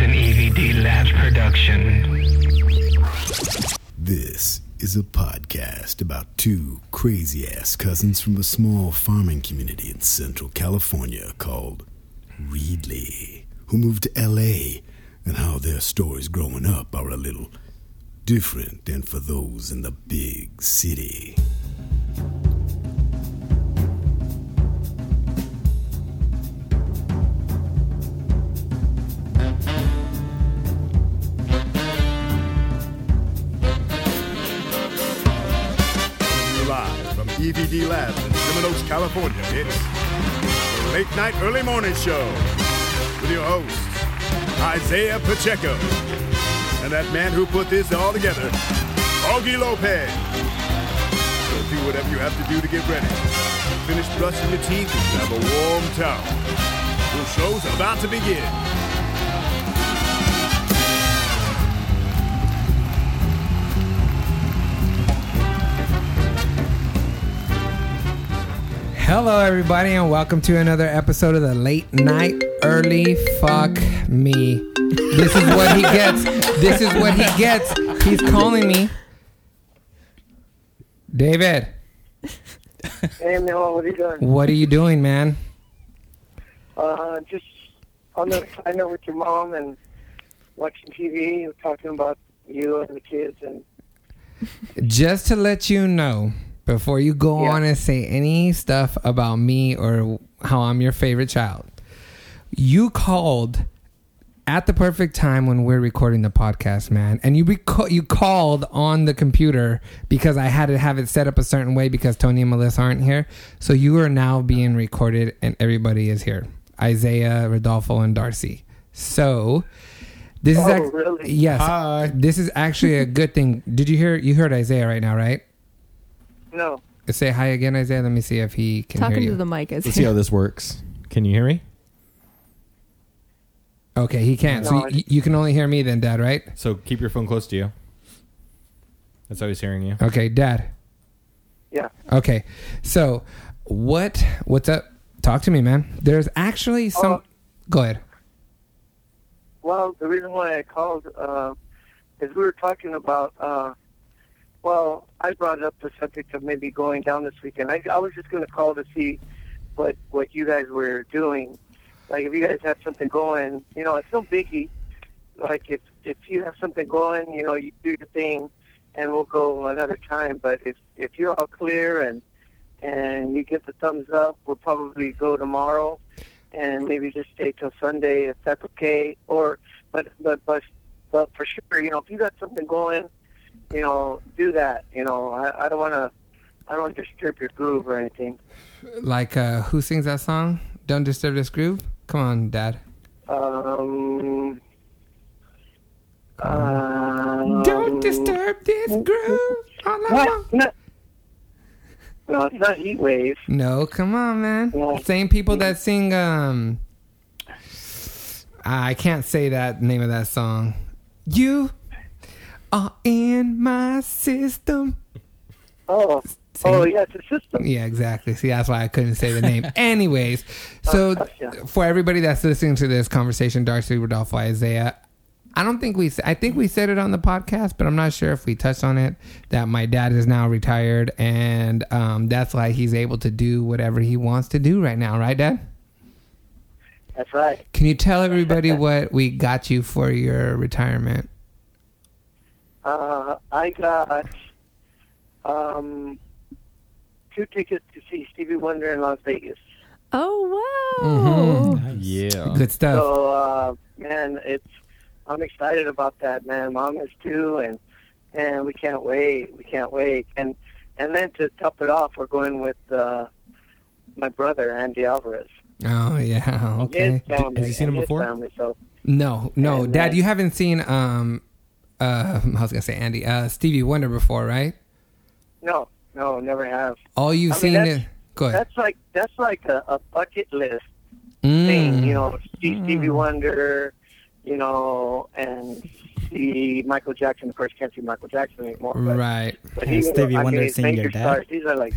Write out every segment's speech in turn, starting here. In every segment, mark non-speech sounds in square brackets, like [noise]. ADD Labs production. This is a podcast about two crazy ass cousins from a small farming community in central California called Reedley, who moved to LA, and how their stories growing up are a little different than for those in the big city. Live from E EVD Labs in Seven Oaks, California, it's the Late Night Early Morning Show with your host, Isaiah Pacheco, and that man who put this all together, Augie Lopez. So do whatever you have to do to get ready. Finish brushing your teeth and grab a warm towel. The show's about to begin. Hello, everybody, and welcome to another episode of the Late Night Early Fuck Me. This is what he gets. This is what he gets. He's calling me. David, Hey, Mel, what are you doing? what are you doing, man? Uh, just on the side note with your mom and watching TV, talking about you and the kids, and Just to let you know, before you go Yeah. on and say any stuff about me or how I'm your favorite child, you called at the perfect time when we're recording the podcast, man. And you reco- you called on the computer because I had to have it set up a certain way because Tony and Melissa aren't here. So you are now being recorded, and everybody is here: Isaiah, Rodolfo, and Darcy. So. This is Oh, act- really? yes. This is actually a good thing. Did you hear? You heard Isaiah right now, right? no, Say hi again, Isaiah. Let me see if he can Talking hear to you. the mic is Let's see how this works. Can you hear me? okay, he can. No, so I- you, you can only hear me then, Dad, right? So keep your phone close to you. That's how he's hearing you. Okay, Dad. yeah, Okay, so what? What's up? Talk to me, man. There's actually some. Oh. Go ahead. Well, the reason why I called uh, is we were talking about. Uh, well, I brought up the subject of maybe going down this weekend. I, I was just going to call to see what what you guys were doing. Like, if you guys have something going, you know, it's no biggie. Like, if if you have something going, you know, you do your thing, and we'll go another time. But if if you're all clear and and you get the thumbs up, we'll probably go tomorrow and maybe just stay till Sunday if that's okay. Or but but but but for sure, you know, if you got something going, you know, do that. You know, I, I don't want to, I don't want to disturb your groove or anything. Like, uh, who sings that song? Don't disturb this groove. Come on, Dad. Um. um, Don't [laughs] disturb this groove. All I want. What? No, no, it's not heat wave. No, come on, man. Yeah. Same people that sing. um I can't say that name of that song. You are in my system. Oh, oh, yeah, it's a system. Yeah, exactly. See, that's why I couldn't say the name. Anyways, so yeah. for everybody that's listening to this conversation, Darcy Rodolfo Isaiah, I don't think we. s- I think we said it on the podcast, but I'm not sure if we touched on it. That my dad is now retired, and um, that's why he's able to do whatever he wants to do right now. Right, Dad? That's right. Can you tell everybody what we got you for your retirement? Uh, I got um, two tickets to see Stevie Wonder in Las Vegas. Oh wow! Mm-hmm. Mm-hmm. Yeah. Good stuff. So, uh, man, it's I'm excited about that, man. Mom is too, and and we can't wait. We can't wait. And and then to top it off, we're going with uh, my brother Andy Alvarez. Oh yeah. [laughs] Okay. His family, Has he seen and him his before? Family, so No, no, And Dad, then- you haven't seen um, uh, [laughs] I was gonna say Andy, uh, Stevie Wonder before, right? no, no, never have. All you've I mean, seen that's- is go ahead. That's like that's like a, a bucket list Mm. thing, you know, see Stevie Wonder, you know, and see Michael Jackson. Of course, can't see Michael Jackson anymore. But, Right. but Has he- Stevie I Wonder mean, seen your major dad? Stars, these are like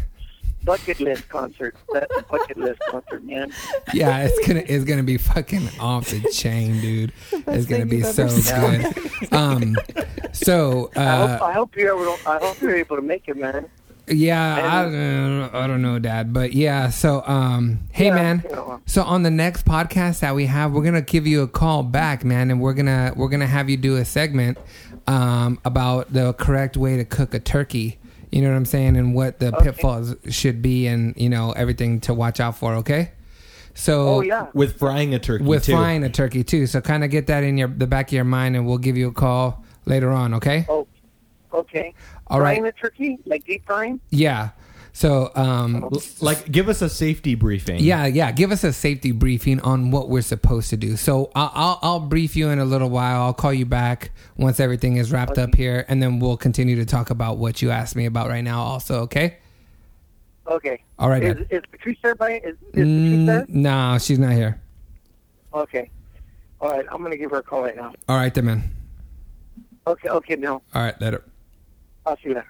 bucket list concert. That's a bucket list concert, man. Yeah, it's gonna it's gonna be fucking off the chain, [laughs] dude. It's gonna thing be you've so ever good. Um, so I hope, uh, I hope you're able. To, I hope you're able to make it, man. yeah, I don't, I don't know, Dad, but yeah. So um, hey, Yeah, man. you know. So on the next podcast that we have, we're gonna give you a call back, man, and we're gonna we're gonna have you do a segment um, about the correct way to cook a turkey. You know what I'm saying, and what the pitfalls should be, and you know everything to watch out for. Okay. So Oh yeah. With frying a turkey with too. frying a turkey too. So kind of get that in your the back of your mind, and we'll give you a call later on. Okay. Oh, okay. All right. Frying the turkey, like deep frying. Yeah. So Oh. um, L- Like, give us a safety briefing. yeah, yeah. Give us a safety briefing on what we're supposed to do. So I'll I'll, I'll brief you in a little while. I'll call you back once everything is wrapped up here, and then we'll continue to talk about what you asked me about right now. Also, okay. Okay. All right, Is, Dad. is Patrice there? By, is, is Patrice Mm, there? nah, she's not here. Okay. All right. I'm gonna give her a call right now. All right, then, man. Okay. Okay. No. All right, later. I'll see you later.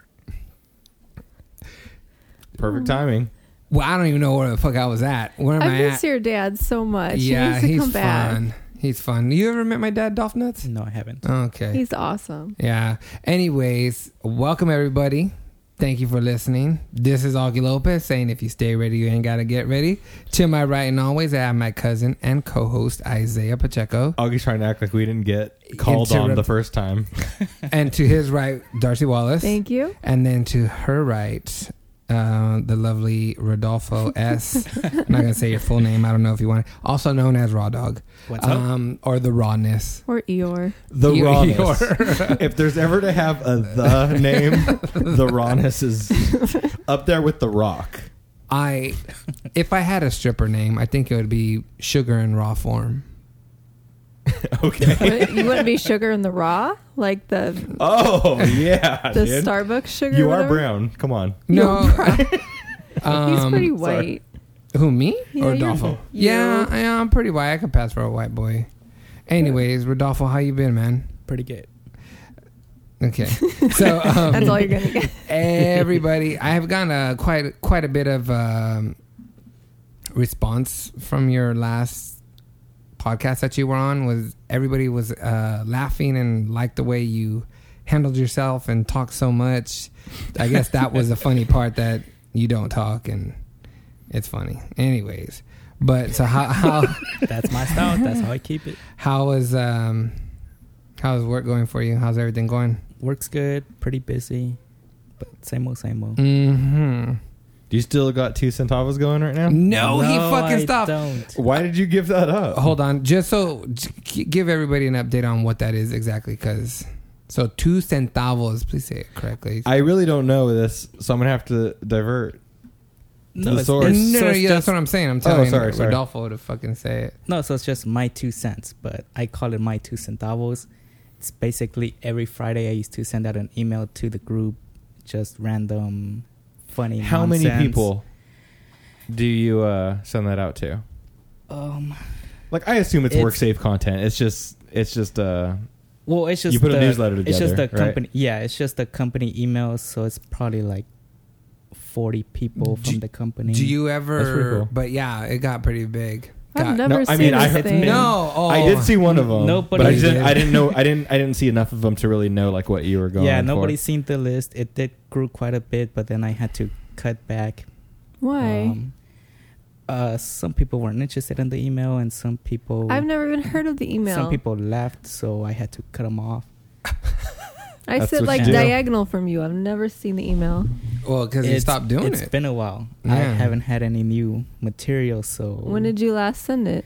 Perfect timing. Well, I don't even know where the fuck I was at. Where am I I, miss at? your dad so much. yeah, he needs to he's come fun. back. He's fun. You ever met my dad, Dolph Nuts? No, I haven't. Okay. He's awesome. Yeah. Anyways, welcome everybody. Thank you for listening. This is Augie Lopez saying if you stay ready, you ain't gotta get ready. To my right and always I have my cousin and co host Isaiah [laughs] Pacheco. Augie's trying to act like we didn't get called on Interrupt- the first time. and to his right, Darcy Wallace. Thank you. And then to her right, uh, the lovely [laughs] Rodolfo S. I'm not gonna say your full name. I don't know if you want. it. Also known as Raw Dog, What's up? um, or the Rawness. Or [laughs] Eeyore. The You- rawness. you're- [laughs] if there's ever to have a the name, the rawness is up there with the rock. I, if I had a stripper name, I think it would be Sugar in raw form. Okay. [laughs] Would it- you wouldn't be sugar in the raw, like the Oh yeah. the dude. Starbucks sugar. You or are whatever? brown. Come on. No, [laughs] He's um, pretty white. who me Yeah, or you're- Rodolfo? you. Yeah, I, I'm pretty white. I could pass for a white boy. Anyways, Rodolfo, how you been, man? Pretty good. Okay, so [laughs] um, That's all you're gonna get. everybody i have gotten a, quite quite a bit of um, response from your last podcast that you were on was everybody was uh, laughing and liked the way you handled yourself and talked so much i guess that was the funny part that you don't talk and it's funny anyways but so how how That's my style. That's how I keep it. how is um how is work going for you how's everything going Works good. Pretty busy, but same old, same old. mm-hmm Do you still got two centavos going right now? no, he fucking I stopped Don't. Why did you give that up? hold on just so g- give everybody an update on what that is exactly because so two centavos please say it correctly I really don't know this, so I'm gonna have to divert. No, the it's, source. it's- no, so no, it's yeah, that's just, what I'm saying. I'm telling sorry, sorry. Rodolfo to fucking say it. no, so it's just my two cents, but I call it my two centavos. It's basically every Friday I used to send out an email to the group, just random, funny. How many nonsense. people do you uh, send that out to? Um, Like, I assume it's, It's- work safe content. It's just, it's just. Uh, Well, it's just You put a the, newsletter It's just together, the right? company. Yeah, it's just the company email. So it's probably like forty people Do- from the company. Do you That's pretty ever? cool. But yeah, it got pretty big. I've Got- never No, seen I mean, I this heard- thing. no, oh, I did see one of them, Nobody but I didn't. did. I didn't know. I didn't. I didn't see enough of them to really know like what you were going. yeah, for. nobody's seen the list. It did grew quite a bit, but then I had to cut back. [laughs] Why? Um, uh, some people weren't interested in the email, and some people. I've never even heard of the email. Um, Some people left, so I had to cut them off. I That's sit what like you do. diagonal from you. I've never seen the email. Well, because he It's- stopped doing It's it. been a while. I Yeah. haven't had any new material, so When did you last send it?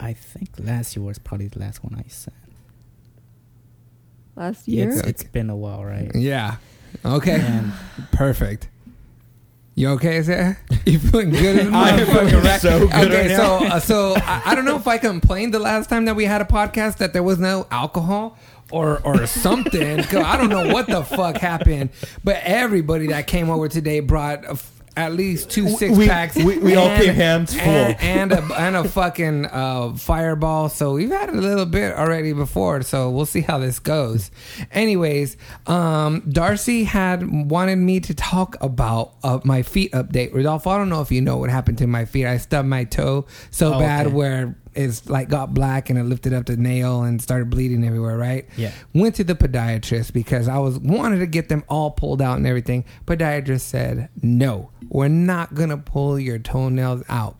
I think last year was probably the last one I sent. Last year? It's, it's been a while, right? Yeah. Okay. And Perfect. You okay, [laughs] Sarah? You feeling good? As a I am motherfucker, fucking so good Okay, right so now. uh, so I, I don't know if I complained the last time that we had a podcast that there was no alcohol or or something. 'cause I don't know what the fuck happened, but everybody that came over today brought a f- at least two We- six we- packs. we- we all came hands full. and, and a and a fucking uh, fireball. So we've had a little bit already before. So we'll see how this goes. Anyways, um, Darcy had wanted me to talk about uh, my feet update. Rodolfo, I don't know if you know what happened to my feet. I stubbed my toe so Oh, bad okay. where it's like got black and it lifted up the nail and started bleeding everywhere. Right? Yeah. Went to the podiatrist because I was wanted to get them all pulled out and everything. Podiatrist said, "No, we're not going to pull your toenails out."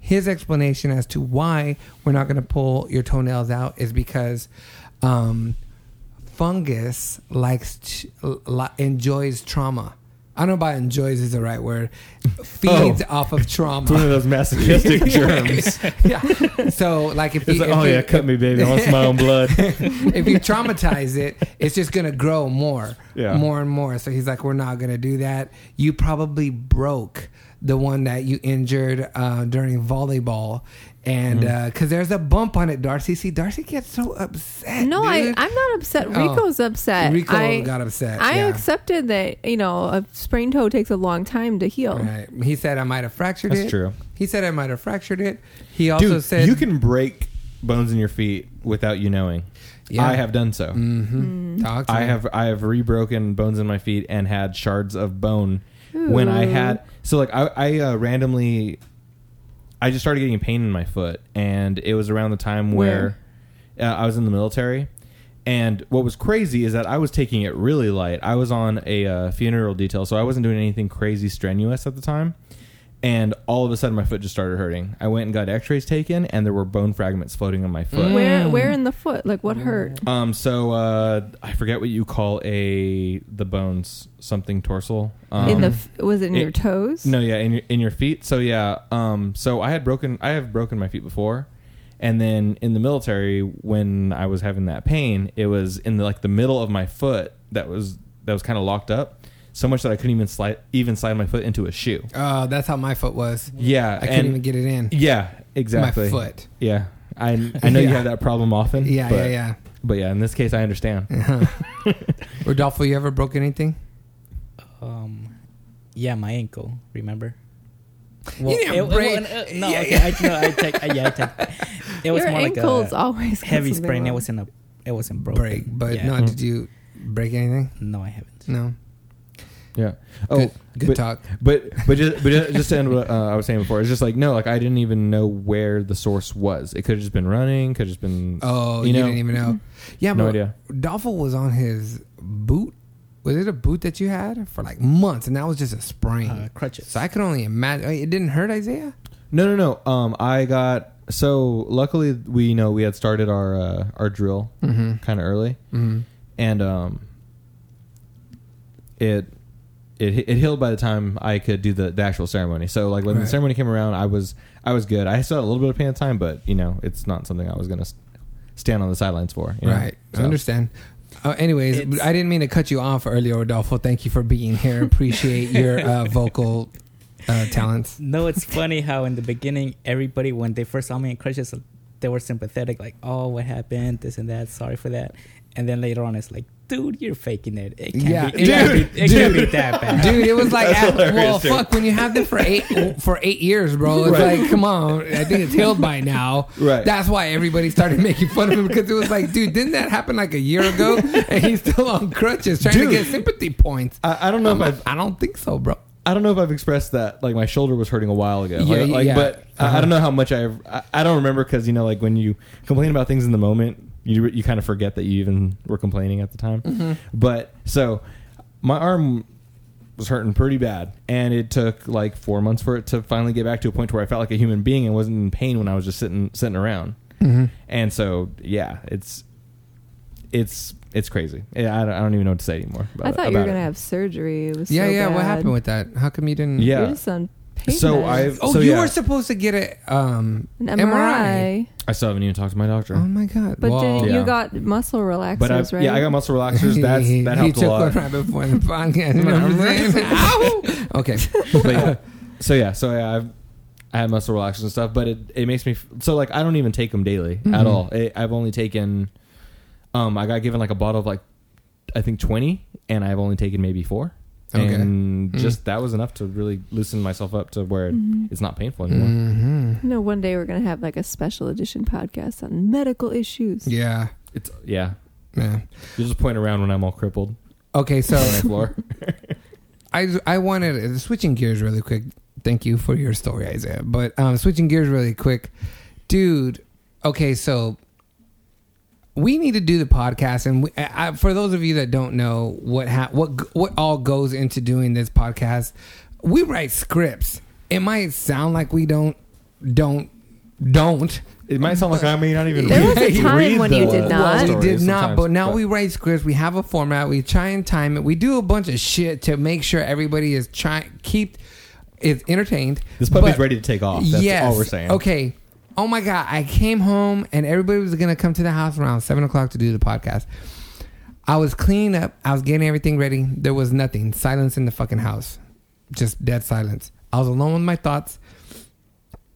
His explanation as to why we're not going to pull your toenails out is because um, fungus likes to, li- enjoys trauma. I don't know about enjoys is the right word. Feeds off of trauma. [laughs] It's one of those masochistic germs. [laughs] yeah. So like if It's you, like, if oh you- yeah, cut me, baby. I want some of my own blood. if you traumatize it, it's just gonna grow more, Yeah. more and more. So he's like, we're not gonna do that. You probably broke the one that you injured uh, during volleyball, and Mm-hmm. because there's a bump on it, Darcy. See, Darcy gets so upset. No, I, dude. I'm not upset. Oh. Rico's upset. Rico I, got upset, I yeah. accepted that, you know, a sprained toe takes a long time to heal. Right. He said I might have fractured That's it. true. He said I might have fractured it. He also Dude, said you can break bones in your feet without you knowing. Yeah. I have done so. Talk to I me. have I have rebroken bones in my feet and had shards of bone when I had so like I I uh, randomly I just started getting pain in my foot and it was around the time where, uh, I was in the military and what was crazy is that I was taking it really light. I was on a uh, funeral detail so I wasn't doing anything crazy strenuous at the time. And all of a sudden, my foot just started hurting. I went and got X-rays taken, and there were bone fragments floating on my foot. Where where in the foot? Like what hurt? Um. So uh, I forget what you call a the bones something dorsal. Um, in the f- was it in it- your toes? no, yeah, in your in your feet. So yeah. Um. So I had broken. I have broken my feet before, and then in the military when I was having that pain, it was in the, like the middle of my foot that was that was kind of locked up. So much that I couldn't even slide even slide my foot into a shoe. Uh, that's how my foot was. Yeah, I couldn't and- even get it in. Yeah, exactly. foot. Yeah, I I know Yeah. you have that problem often. Yeah, but, yeah, yeah. But yeah, in this case, I understand. Rodolfo, you ever broke anything? Um, yeah, my ankle. Remember? didn't it- it- break- [laughs] uh, no, yeah, okay, I, no, I take. I, yeah, [laughs] I take. It was your more ankles like a always got heavy something sprain. It wrong. wasn't a. It wasn't broken. Break, but Yeah. no. Did you break anything? No, I haven't. No. Yeah. Good- Oh, good Oh, but, talk. But but just, but ju- just to end what uh, I was saying before, it's just like no, like I didn't even know where the source was. It could have just been running. Could have just been Oh, you, didn't even know. Yeah, No but idea. Dolphin was on his boot. Was it a boot that you had for like months, and that was just a sprain? Uh, crutches. So I can only imagine. oh, It didn't hurt Isaiah. No, no, no. Um, I got so luckily we you know we had started our uh, our drill Mm-hmm. kind of early, and um, it it it healed by the time I could do the, the actual ceremony. So like when Right. the ceremony came around, I was I was good. I still had a little bit of pain at the time, but you know it's not something I was gonna s- stand on the sidelines for. you know? Right. So- I understand. Uh, anyways, It's- I didn't mean to cut you off earlier, Rodolfo. Thank you for being here. Appreciate your uh, vocal uh, talents. No, it's funny how in the beginning everybody when they first saw me in crutches, they were sympathetic, like, "Oh, what happened? This and that. Sorry for that." And then later on, it's like, "Dude, you're faking it. It can't Yeah, be. It, can't, be, it can't be dude. that bad." dude it was like at- well dude. fuck when you have them for eight for eight years bro it's like come on i think it's healed by now Right. that's why everybody started making fun of him because it was like dude didn't that happen like a year ago and he's still on crutches trying Dude. to get sympathy points I, I don't know I'm if I've like, i don't think so bro I don't know if I've expressed that. Like my shoulder was hurting a while ago. Yeah, like, like, yeah. But I- I, Uh-huh. don't know how much I've. I, I don't remember because you know, like when you complain about things in the moment, you you kind of forget that you even were complaining at the time. Mm-hmm. But so my arm was hurting pretty bad, and it took like four months for it to finally get back to a point where I felt like a human being and wasn't in pain when I was just sitting sitting around. Mm-hmm. And so yeah, it's it's it's crazy. Yeah, I don't, I don't even know what to say anymore. About, I it- thought you were about it. gonna have surgery. It was yeah so yeah what bad. happened with that how come you didn't Yeah. You're just on pain So meds. I've- oh So, you yeah. were supposed to get a um an MRI. MRI, I still haven't even talked to my doctor. oh my god but Well, did, Yeah. you got muscle relaxers, But I, right? yeah, I got muscle [laughs] relaxers. That's He- that helped he a took one lot. right before the [laughs] podcast [laughs] you know what I'm saying? Ow! okay [laughs] But yeah. So yeah, so yeah, I've I had muscle relaxers and stuff, but it, it makes me f- so like I don't even take them daily Mm-hmm. at all. I I've only taken, um, I got given like a bottle of like I think twenty, and I've only taken maybe four. Okay. Mm. and just that was enough to really loosen myself up to where Mm-hmm. it's not painful anymore. Mm. hmm You know, one day we're gonna have like a special edition podcast on medical issues. Yeah. It's yeah. Yeah. You're just pointing around when I'm all crippled Okay, [laughs] so on my floor. I I wanted switching gears really quick. Thank you for your story, Isaiah. But um, switching gears really quick, dude. Okay, so we need to do the podcast, and we, I, I- for those of you that don't know what ha- what g- what all goes into doing this podcast, we write scripts. It might sound like we don't don't don't It might sound like I may not even. There read- was a time read when the you did whole not. Well, we story did not, sometimes, but now we write scripts. We have a format. We try and time it. We do a bunch of shit to make sure everybody is trying keep is entertained. This puppy's But- ready to take off. That's yes. all we're saying. Okay. Oh my god! I came home and everybody was gonna come to the house around seven o'clock to do the podcast. I was cleaning up. I was getting everything ready. There was nothing. Silence in the fucking house. Just dead silence. I was alone with my thoughts.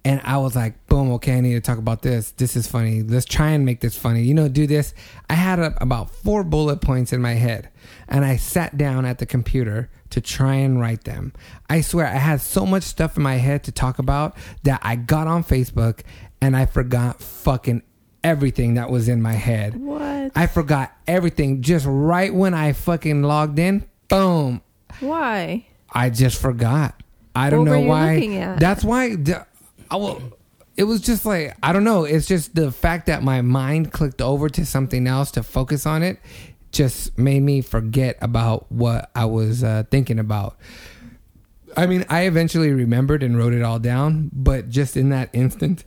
And I was like, boom, okay, I need to talk about this. This is funny. Let's try and make this funny. You know, do this. I had uh, about four bullet points in my head. And I sat down at the computer to try and write them. I swear, I had so much stuff in my head to talk about that I got on Facebook and I forgot fucking everything that was in my head. What? I forgot everything just right when I fucking logged in. Boom. Why? I just forgot. I don't What know were you why. looking at? That's why d- I will. It was just like I don't know. It's just the fact that my mind clicked over to something else to focus on it, just made me forget about what I was uh, thinking about. I mean, I eventually remembered and wrote it all down, but just in that instant,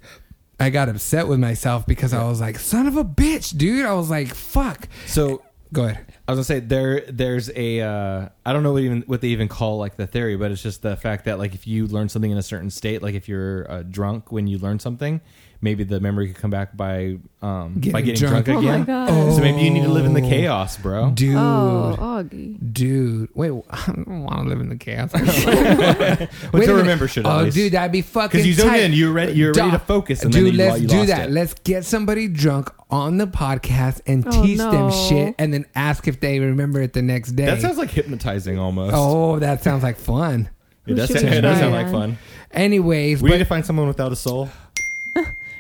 I got upset with myself because I was like, "Son of a bitch, dude!" I was like, "Fuck." So Go ahead. I was gonna say there there's a uh, I don't know what even what they even call like the theory, but it's just the fact that like if you learn something in a certain state, like if you're uh, drunk when you learn something, maybe the memory could come back by um, by Getting getting drunk, drunk. Oh my again. God. So maybe you need to live in the chaos, bro. Dude. Oh, Augie. dude. Wait, [laughs] I don't want to live in the [laughs] chaos. But Wait a to minute. remember shit. at Oh, least. dude, that'd be fucking. you zoned tight. in, you were ready- you were ready Duh. to focus, and then dude, you lo- let's you do lost that. it. Let's get somebody drunk on the podcast and Oh, teach them no. shit, and then ask if they remember it the next day. that sounds like hypnotizing almost. oh, that sounds like fun. it does, should sound, we it does try sound like on? fun. Anyways, We but need to find someone without a soul.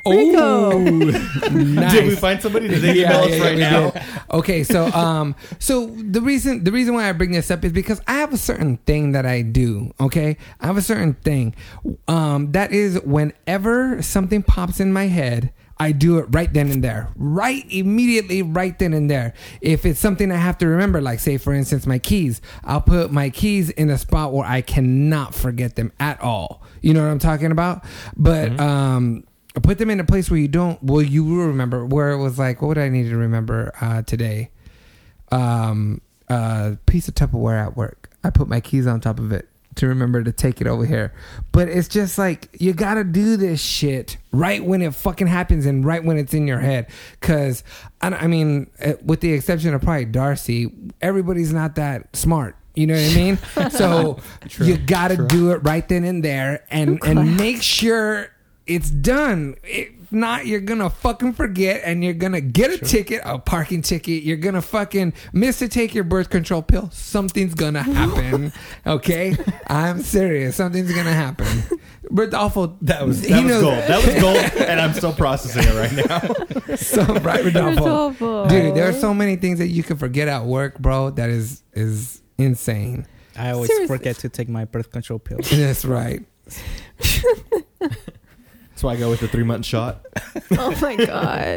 oh, nice. [laughs] Did we find somebody? Did they email us right yeah, now? we did. Okay, so um, so the reason the reason why I bring this up is because I have a certain thing that I do. Okay, I have a certain thing. Um, that is whenever something pops in my head. I do it right then and there, right immediately, right then and there. If it's something I have to remember, like say for instance my keys, I'll put my keys in a spot where I cannot forget them at all. You know what I'm talking about? But Mm-hmm. um, put them in a place where you don't well you will remember where it was like what would i need to remember uh, today um uh piece of tupperware at work i put my keys on top of it to remember to take it over here but it's just like you gotta do this shit right when it fucking happens and right when it's in your head because I, I mean uh, with the exception of probably darcy everybody's not that smart you know what i mean so you gotta do it right then and there and and make sure it's done. If not, you're gonna fucking forget, and you're gonna get a ticket, a parking ticket. You're gonna fucking miss to take your birth control pill. Something's gonna [laughs] happen. okay, I'm serious. Something's gonna happen. Rodolfo, That was that was gold. That was gold, and I'm still processing it right now. So [laughs] [laughs] right, Rodolfo. Rodolfo. Dude, there are so many things that you can forget at work, bro. That is is [laughs] insane. I always Seriously. forget to take my birth control pill. That's right. That's why I go with the three month shot. [laughs] Oh my god.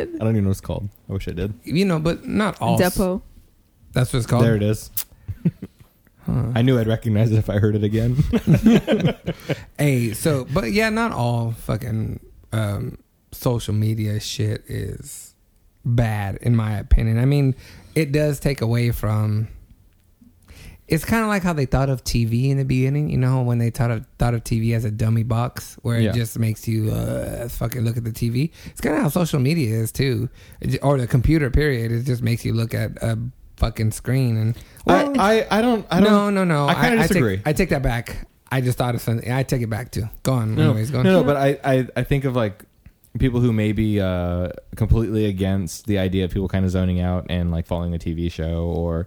I don't even know what it's called. I wish I did. You know, but not all. Depot. That's what it's called. There it is. I knew I'd recognize it if I heard [laughs] it again. Hey, so but yeah, not all fucking um, social media shit is bad in my opinion. I mean, it does take away from. It's kind of like how they thought of TV in the beginning. You know when they thought of thought of TV as a dummy box where Yeah. it just makes you uh, fucking look at the TV. It's kind of how social media is too, It j- or the computer. Period. It just makes you look at a fucking screen and. Well, I, I, I don't. I no, no, no. I kinda take- disagree. I take, that back. I just thought of something. I take it back too. Go on. no, Anyways, go on. no, no, but I, I, I think of like people who may be uh, completely against the idea of people kind of zoning out and like following a TV show or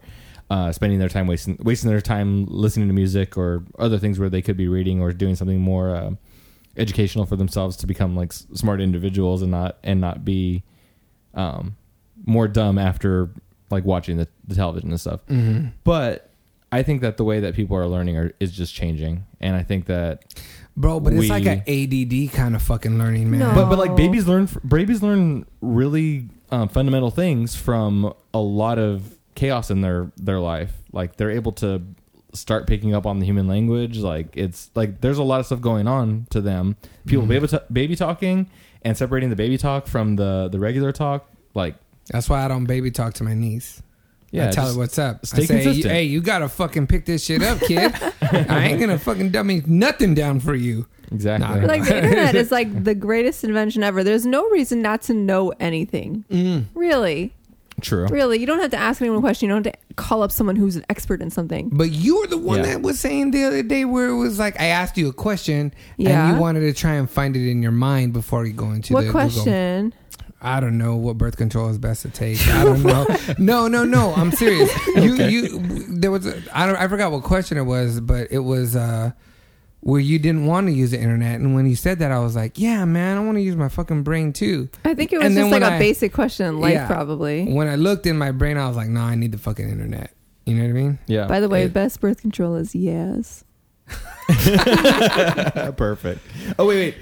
uh, spending their time wasting wasting their time listening to music or other things where they could be reading or doing something more uh, educational for themselves to become like s- smart individuals and not and not be um, more dumb after like watching the, the television and stuff. Mm-hmm. But I think that the way that people are learning are, is just changing, and I think that bro. But it's like We- an ADD kind of fucking learning, man. No. but but like Oh. babies learn f- babies learn really um, fundamental things from a lot of chaos in their their life like they're able to start picking up on the human language like it's like there's a lot of stuff going on to them people baby, ta- baby talking and separating the baby talk from the the regular talk like That's why I don't baby talk to my niece. yeah I tell just- her what's up. stay I say, consistent. hey, you gotta fucking pick this shit up, kid. I ain't gonna fucking dummy nothing down for you. exactly Nah, Like the internet is like the greatest invention ever. There's no reason not to know anything. Mm. Really, true really, you don't have to ask anyone a question. You don't have to call up someone who's an expert in something. But you were the one Yeah. that was saying the other day where it was like I asked you a question and Yeah. you wanted to try and find it in your mind before you go into what the Google. question? I don't know what birth control is best to take. I don't [laughs] know. no, no, no. I'm serious. You, you. There was. A, I don't. I forgot what question it was, but it was uh, where you didn't want to use the internet, and when you said that, I was like, "Yeah, man, I want to use my fucking brain too." I think it was And then just like when a I- basic question in life, Yeah. probably. When I looked in my brain, I was like, "No, I need the fucking internet." You know what I mean? yeah By the way, Yeah. best birth control is yes. [laughs] perfect. Oh wait, wait.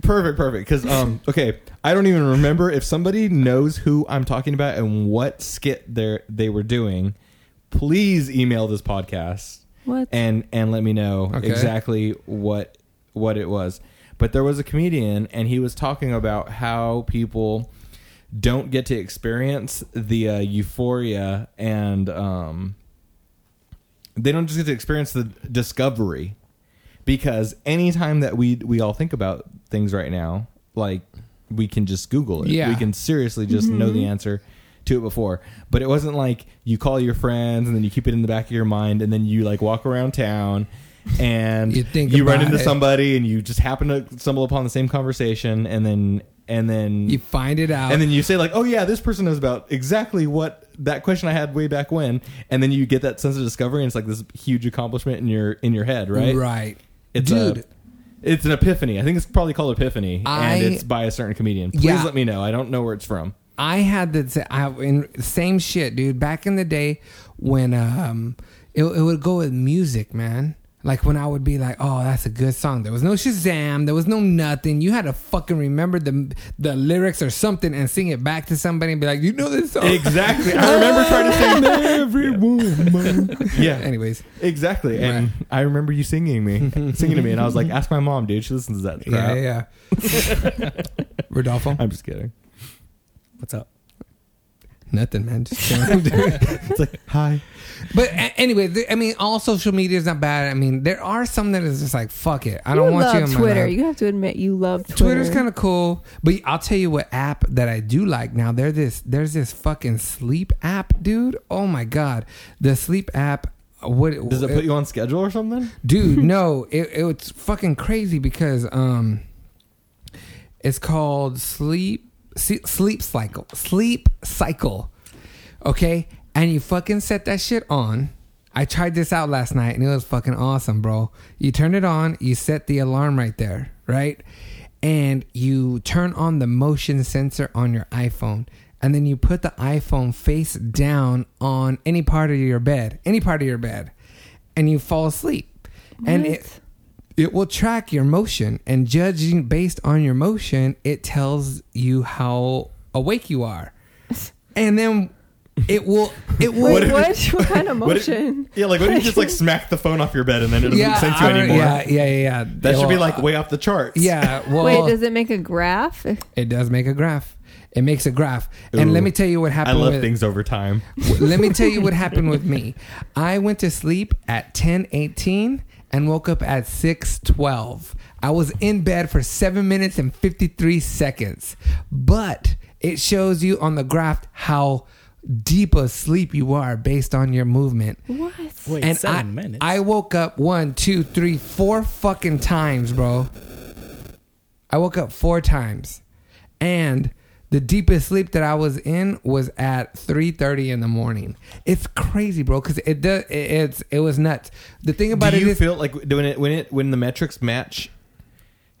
Perfect, perfect. Because um, okay, I don't even remember if somebody knows who I'm talking about and what skit they they were doing. Please email this podcast What? and and let me know Okay. exactly what what it was. But there was a comedian and he was talking about how people don't get to experience the uh, euphoria and um, they don't just get to experience the discovery because anytime that we we all think about things right now like we can just google it Yeah. we can seriously just know the answer to it before but it wasn't like you call your friends and then you keep it in the back of your mind and then you like walk around town and [laughs] You think you run about into it. somebody and you just happen to stumble upon the same conversation and then and then You find it out, and then you say like, "Oh yeah, this person knows about exactly what that question I had way back when," and then you get that sense of discovery, and it's like this huge accomplishment in your in your head, right? Right. It's Dude. A, it's an epiphany. I think it's probably called epiphany, I- and it's by a certain comedian. Please Yeah. let me know. I don't know where [laughs] it's from. I had the I, in, same shit, dude. Back in the day when um, it, it would go with music, man. Like when I would be like, "Oh, that's a good song." There was no Shazam. There was no nothing. You had to fucking remember the the lyrics or something and sing it back to somebody and be like, "You know this song?" Exactly. I remember trying to [laughs] sing every woman. Yeah. Anyways, Exactly. And I remember you [laughs] singing me, singing to me, and I was like, "Ask my mom, dude. She listens to that crap." yeah, yeah. [laughs] yeah. Rodolfo, I'm just kidding. What's up? nothing, man. Just chilling, [laughs] dude. It's like, hi. But a- anyway, th- I mean, all social media is not bad. I mean, there are some that is just like, "Fuck it, I don't you want love you in my Twitter. life. You have to admit you love Twitter. Twitter's kind of cool, but I'll tell you what app that I do like now. There this there's this fucking sleep app, dude. Oh my god, the sleep app. What uh, Does it put you on schedule or something? [laughs] dude? no, it, it was fucking crazy because um, it's called sleep Se- sleep cycle sleep cycle. Okay, and you fucking set that shit on. I tried this out last night and it was fucking awesome, bro. You turn it on, you set the alarm right there, right? And you turn on the motion sensor on your iPhone. And then you put the iPhone face down on any part of your bed, any part of your bed, and you fall asleep. And it it will track your motion and judging based on your motion, it tells you how awake you [laughs] are. And then it will it will Wait, what? What kind of What if- motion? yeah, like what if you just like smack the phone off your bed and then it doesn't sync you I- anymore? Yeah, yeah, yeah, yeah. That should be Well, like way off the charts. yeah. Well, Wait, does it make a graph? it does make a graph. It makes a graph. And Ooh. let me tell you what I happened. love with, things over time. let me tell you what happened with me. I went to sleep at ten eighteen and woke up at six twelve. I was in bed for seven minutes and fifty three seconds, but it shows you on the graph how deep asleep you are based on your movement. What? Wait, and seven I, minutes. I woke up one, two, three, four fucking times, bro. I woke up four times, and The deepest sleep that I was in was at 3:30 in the morning. It's crazy, bro, cuz it does it, it's it was nuts. The thing about do it you is- feel like when it when it when the metrics match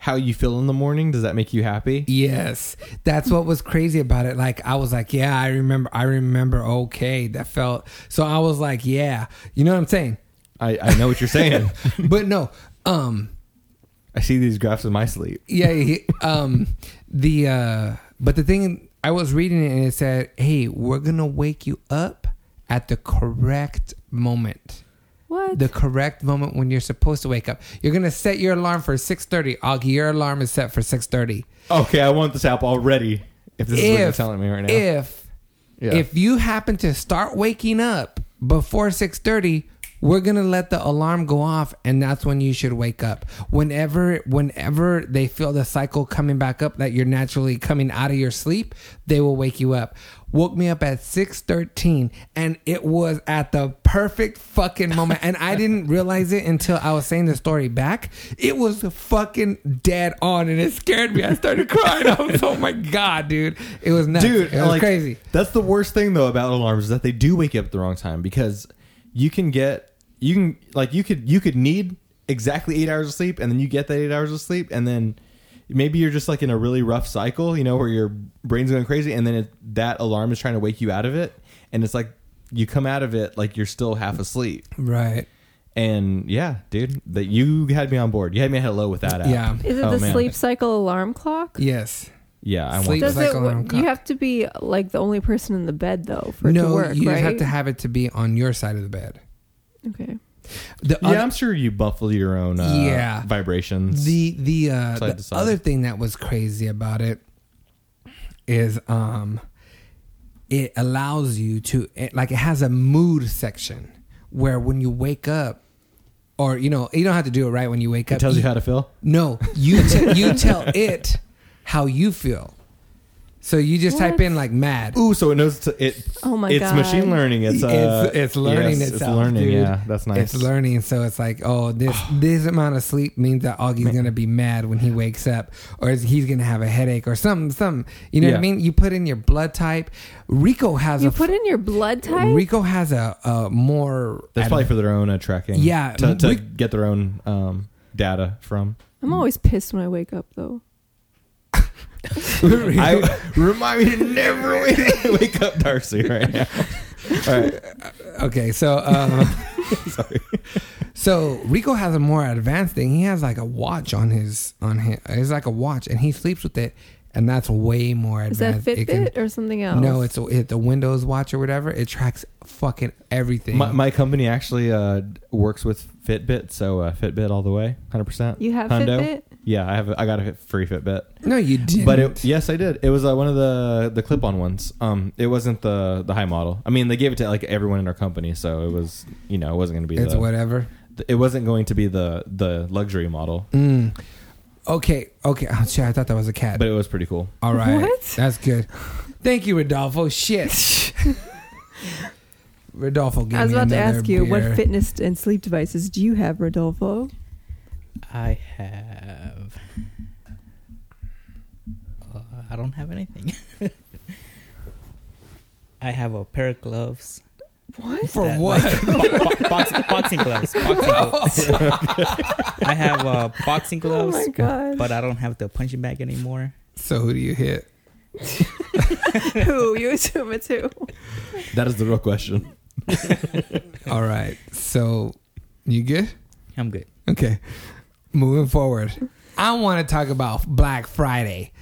how you feel in the morning? Does that make you happy? Yes, that's what was crazy about it. Like I was like, yeah, I remember, I remember. Okay, that felt so. I was like, yeah, you know what I'm saying. I, I know what you're saying. [laughs] but no, um, [laughs] I see these graphs in my sleep. yeah, he- um, the uh, but the thing I was reading it and it said, hey, we're gonna wake you up at the correct moment. What? the correct moment when you're supposed to wake up. You're gonna set your alarm for 6:30. Augie, your alarm is set for 6:30. Okay, I want this app already. If this is what you're telling me right now. If Yeah. if you happen to start waking up before 6:30, we're gonna let the alarm go off, and that's when you should wake up. Whenever whenever they feel the cycle coming back up that you're naturally coming out of your sleep, they will wake you up. Woke me up at 6:13 and it was at the perfect fucking moment and I didn't realize it until I was saying the story back. It was fucking dead on and it scared me. I started crying. I was oh my god, dude. It was nuts. dude, it was like, crazy. That's the worst thing though about alarms is that they do wake you up at the wrong time because you can get you can like you could you could need exactly eight hours of sleep and then you get that eight hours of sleep and then maybe you're just like in a really rough cycle, you know, where your brain's going crazy and then it, that alarm is trying to wake you out of it and it's like you come out of it like you're still half asleep. Right. And yeah, dude, that you had me on board. You had me at hello with that app. Yeah. Is it Oh, the man. sleep cycle alarm clock? Yes. Yeah, I Sleep want Does that. cycle it? alarm wo- clock. You have to be like the only person in the bed though for it no, to work, you right? have to have it to be on your side of the bed. okay. The Yeah, other- I'm sure you buffle your own uh, Yeah. vibrations. the the uh, Side the to side. other thing that was crazy about it is um it allows you to it, like it has a mood section where when you wake up or you know you don't have to do it right when you wake it up tells you how to feel. [laughs] no you t- you tell it how you feel so you just type What? in like mad Ooh, so it knows to, it. Oh my it's God. machine learning. It's uh, it's, it's learning yes, itself. It's learning. dude. Yeah, that's nice. It's learning. So it's like, oh, this [sighs] this amount of sleep means that Augie's gonna be mad when he wakes up, or is- he's gonna have a headache or something. Something. You know what Yeah. I mean? You put in your blood type. Rico has You a put in your blood type. Rico has a, a more. That's probably for their own uh, tracking. Yeah, to, to we- get their own um, data [laughs] from. I'm always pissed when I wake up though. I remind me to never wake, [laughs] wake up, Darcy. Right now. All right. [laughs] okay, so um, [laughs] Sorry. [laughs] so Rico has a more advanced thing. He has like a watch on his on his. It's like a watch, and he sleeps with it, and that's way more Is that advanced. It can- Fitbit or something else? No, it's a, it, the Windows Watch or whatever. It tracks fucking everything. My, my company actually uh, works with Fitbit, so uh, Fitbit all the way, hundred percent. You have Fitbit? Yeah, I have. A, I got a Fit- free Fitbit. no, you didn't. But it, yes, I did. It was uh, one of the the clip on ones. Um, it wasn't the the high model. I mean, they gave it to like everyone in our company, so it was you know it wasn't going to be it's the, whatever. it wasn't going to be the the luxury model, Mm. Okay, okay. Oh, shit, I thought that was a cat. but it was pretty cool. All right. What? That's good. Thank you, Rodolfo. [laughs] Shit. Rodolfo gave I was me about to another ask you what beer. fitness and sleep devices do you have, Rodolfo? I have. Uh, I don't have anything. [laughs] I have a pair of gloves. What? For that, what? like, bo- [laughs] bo- boxing, boxing gloves. Boxing [laughs] gloves. I have uh, boxing Oh gloves, my god! but I don't have the punching bag anymore. so who do you hit? [laughs] who you assume it's who? That is the real question. All right. So you good? I'm good. Okay. Moving forward. I want to talk about Black Friday.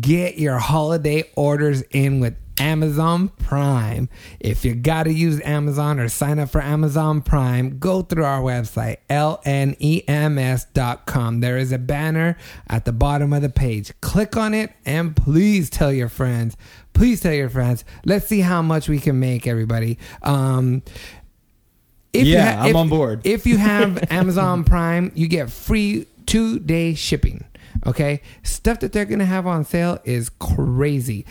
Get your holiday orders in with Amazon Prime. If you got to use Amazon or sign up for Amazon Prime, go through our website, E lnems.com. There is a banner at the bottom of the page. Click on it and please tell your friends. Please tell your friends. Let's see how much we can make, everybody. Um, if you Yeah, ha- I'm if- on board. If you [laughs] have Amazon Prime, you get free two day shipping. Okay, stuff that they're gonna have on sale is crazy.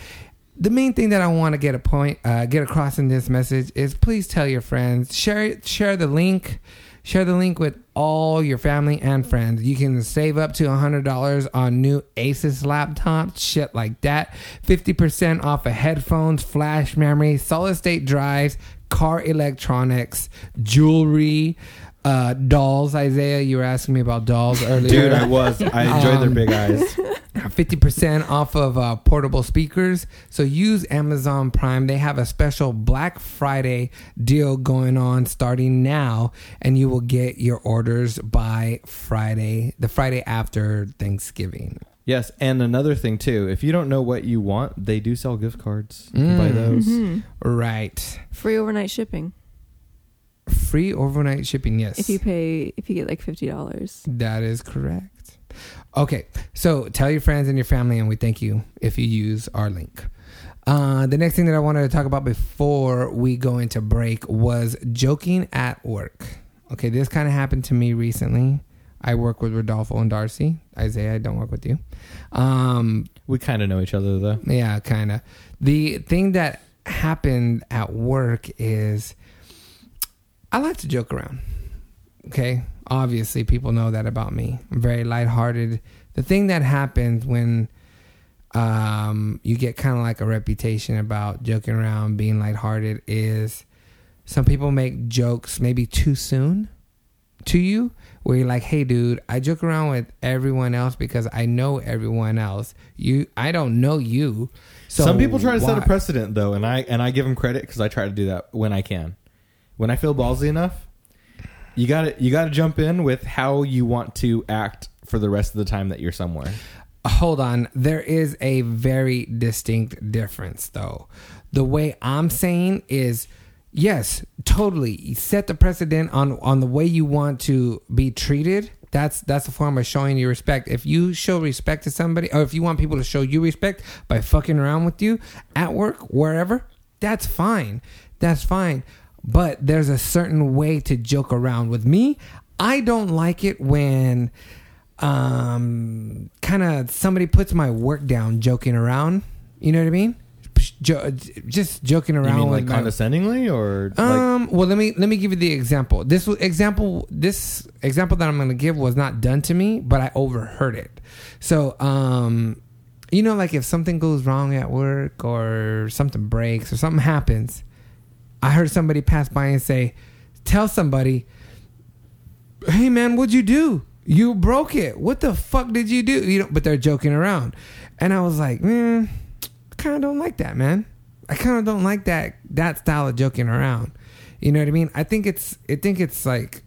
The main thing that I want to get a point, uh, get across in this message is please tell your friends, share it, share the link, share the link with all your family and friends. You can save up to $100 on new Asus laptop, shit like that. 50% off of headphones, flash memory, solid state drives, car electronics, jewelry, uh, dolls. Isaiah, you were asking me about dolls earlier. [laughs] Dude, Um, I was. I enjoyed their big eyes. [laughs] 50% off of uh, portable speakers. So use Amazon Prime. They have a special Black Friday deal going on starting now, and you will get your orders by Friday, the Friday after Thanksgiving. Yes, and another thing too, if you don't know what you want, they do sell gift cards. You can Buy those. Right. Mm-hmm. Free overnight shipping Free overnight shipping, yes. if you pay if you get like fifty dollars. That is correct. Okay, so tell your friends and your family, and we thank you if you use our link. Uh, the next thing that I wanted to talk about before we go into break was joking at work. Okay, this kind of happened to me recently. I work with Rodolfo and Darcy. Isaiah, I don't work with you. Um, We kind of know each other though. yeah, kind of. The thing that happened at work is I like to joke around. Okay. Obviously, people know that about me. I'm very lighthearted. The thing that happens when um, you get kind of like a reputation about joking around, being lighthearted, is some people make jokes maybe too soon to you where you're like, hey, dude, I joke around with everyone else because I know everyone else. You, I don't know you. So Some people try to set a why?" precedent though, and I and I give them credit because I try to do that when I can. When I feel ballsy enough, you got to you got to jump in with how you want to act for the rest of the time that you're somewhere. hold on. There is a very distinct difference, though. The way I'm saying is, yes, totally. You set the precedent on on the way you want to be treated. That's that's a form of showing you respect. If you show respect to somebody, or if you want people to show you respect by fucking around with you at work, wherever, that's fine. That's fine. But there's a certain way to joke around with me. I don't like it when um, kind of somebody puts my work down joking around. You know what I mean? Jo- just joking You around mean like with my, condescendingly or like um, well, let me let me give you the example. This was- example, this example that I'm going to give was not done to me, but I overheard it. So, um, you know, like if something goes wrong at work or something breaks or something happens, I heard somebody pass by and say, "Tell somebody, hey man, what'd you do? You broke it. What the fuck did you do? You know." But they're joking around, and I was like, man, I kind of don't like that, man. I kind of don't like that that style of joking around. You know what I mean? I think it's I think it's like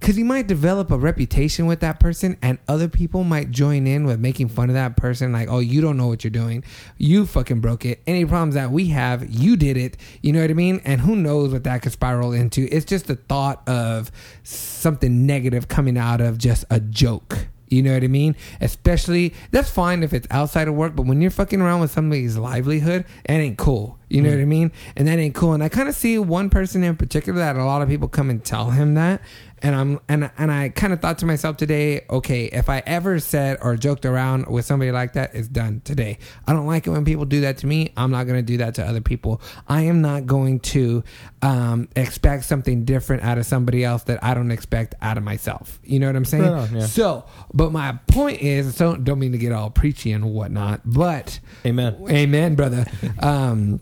because you might develop a reputation with that person and other people might join in with making fun of that person like oh you don't know what you're doing you fucking broke it any problems that we have you did it you know what i mean and who knows what that could spiral into it's just the thought of something negative coming out of just a joke you know what I mean? Especially that's fine if it's outside of work, but when you're fucking around with somebody's livelihood, it ain't cool. You Mm. know what I mean? And that ain't cool. And I kind of see one person in particular that a lot of people come and tell him that, and I'm and and I kind of thought to myself today, okay, if I ever said or joked around with somebody like that, it's done today. I don't like it when people do that to me. I'm not gonna do that to other people. I am not going to um, expect something different out of somebody else that I don't expect out of myself. You know what I'm saying? Right on, yeah. So, but my point is, so don't mean to get all preachy and whatnot, but amen? amen, brother. Um,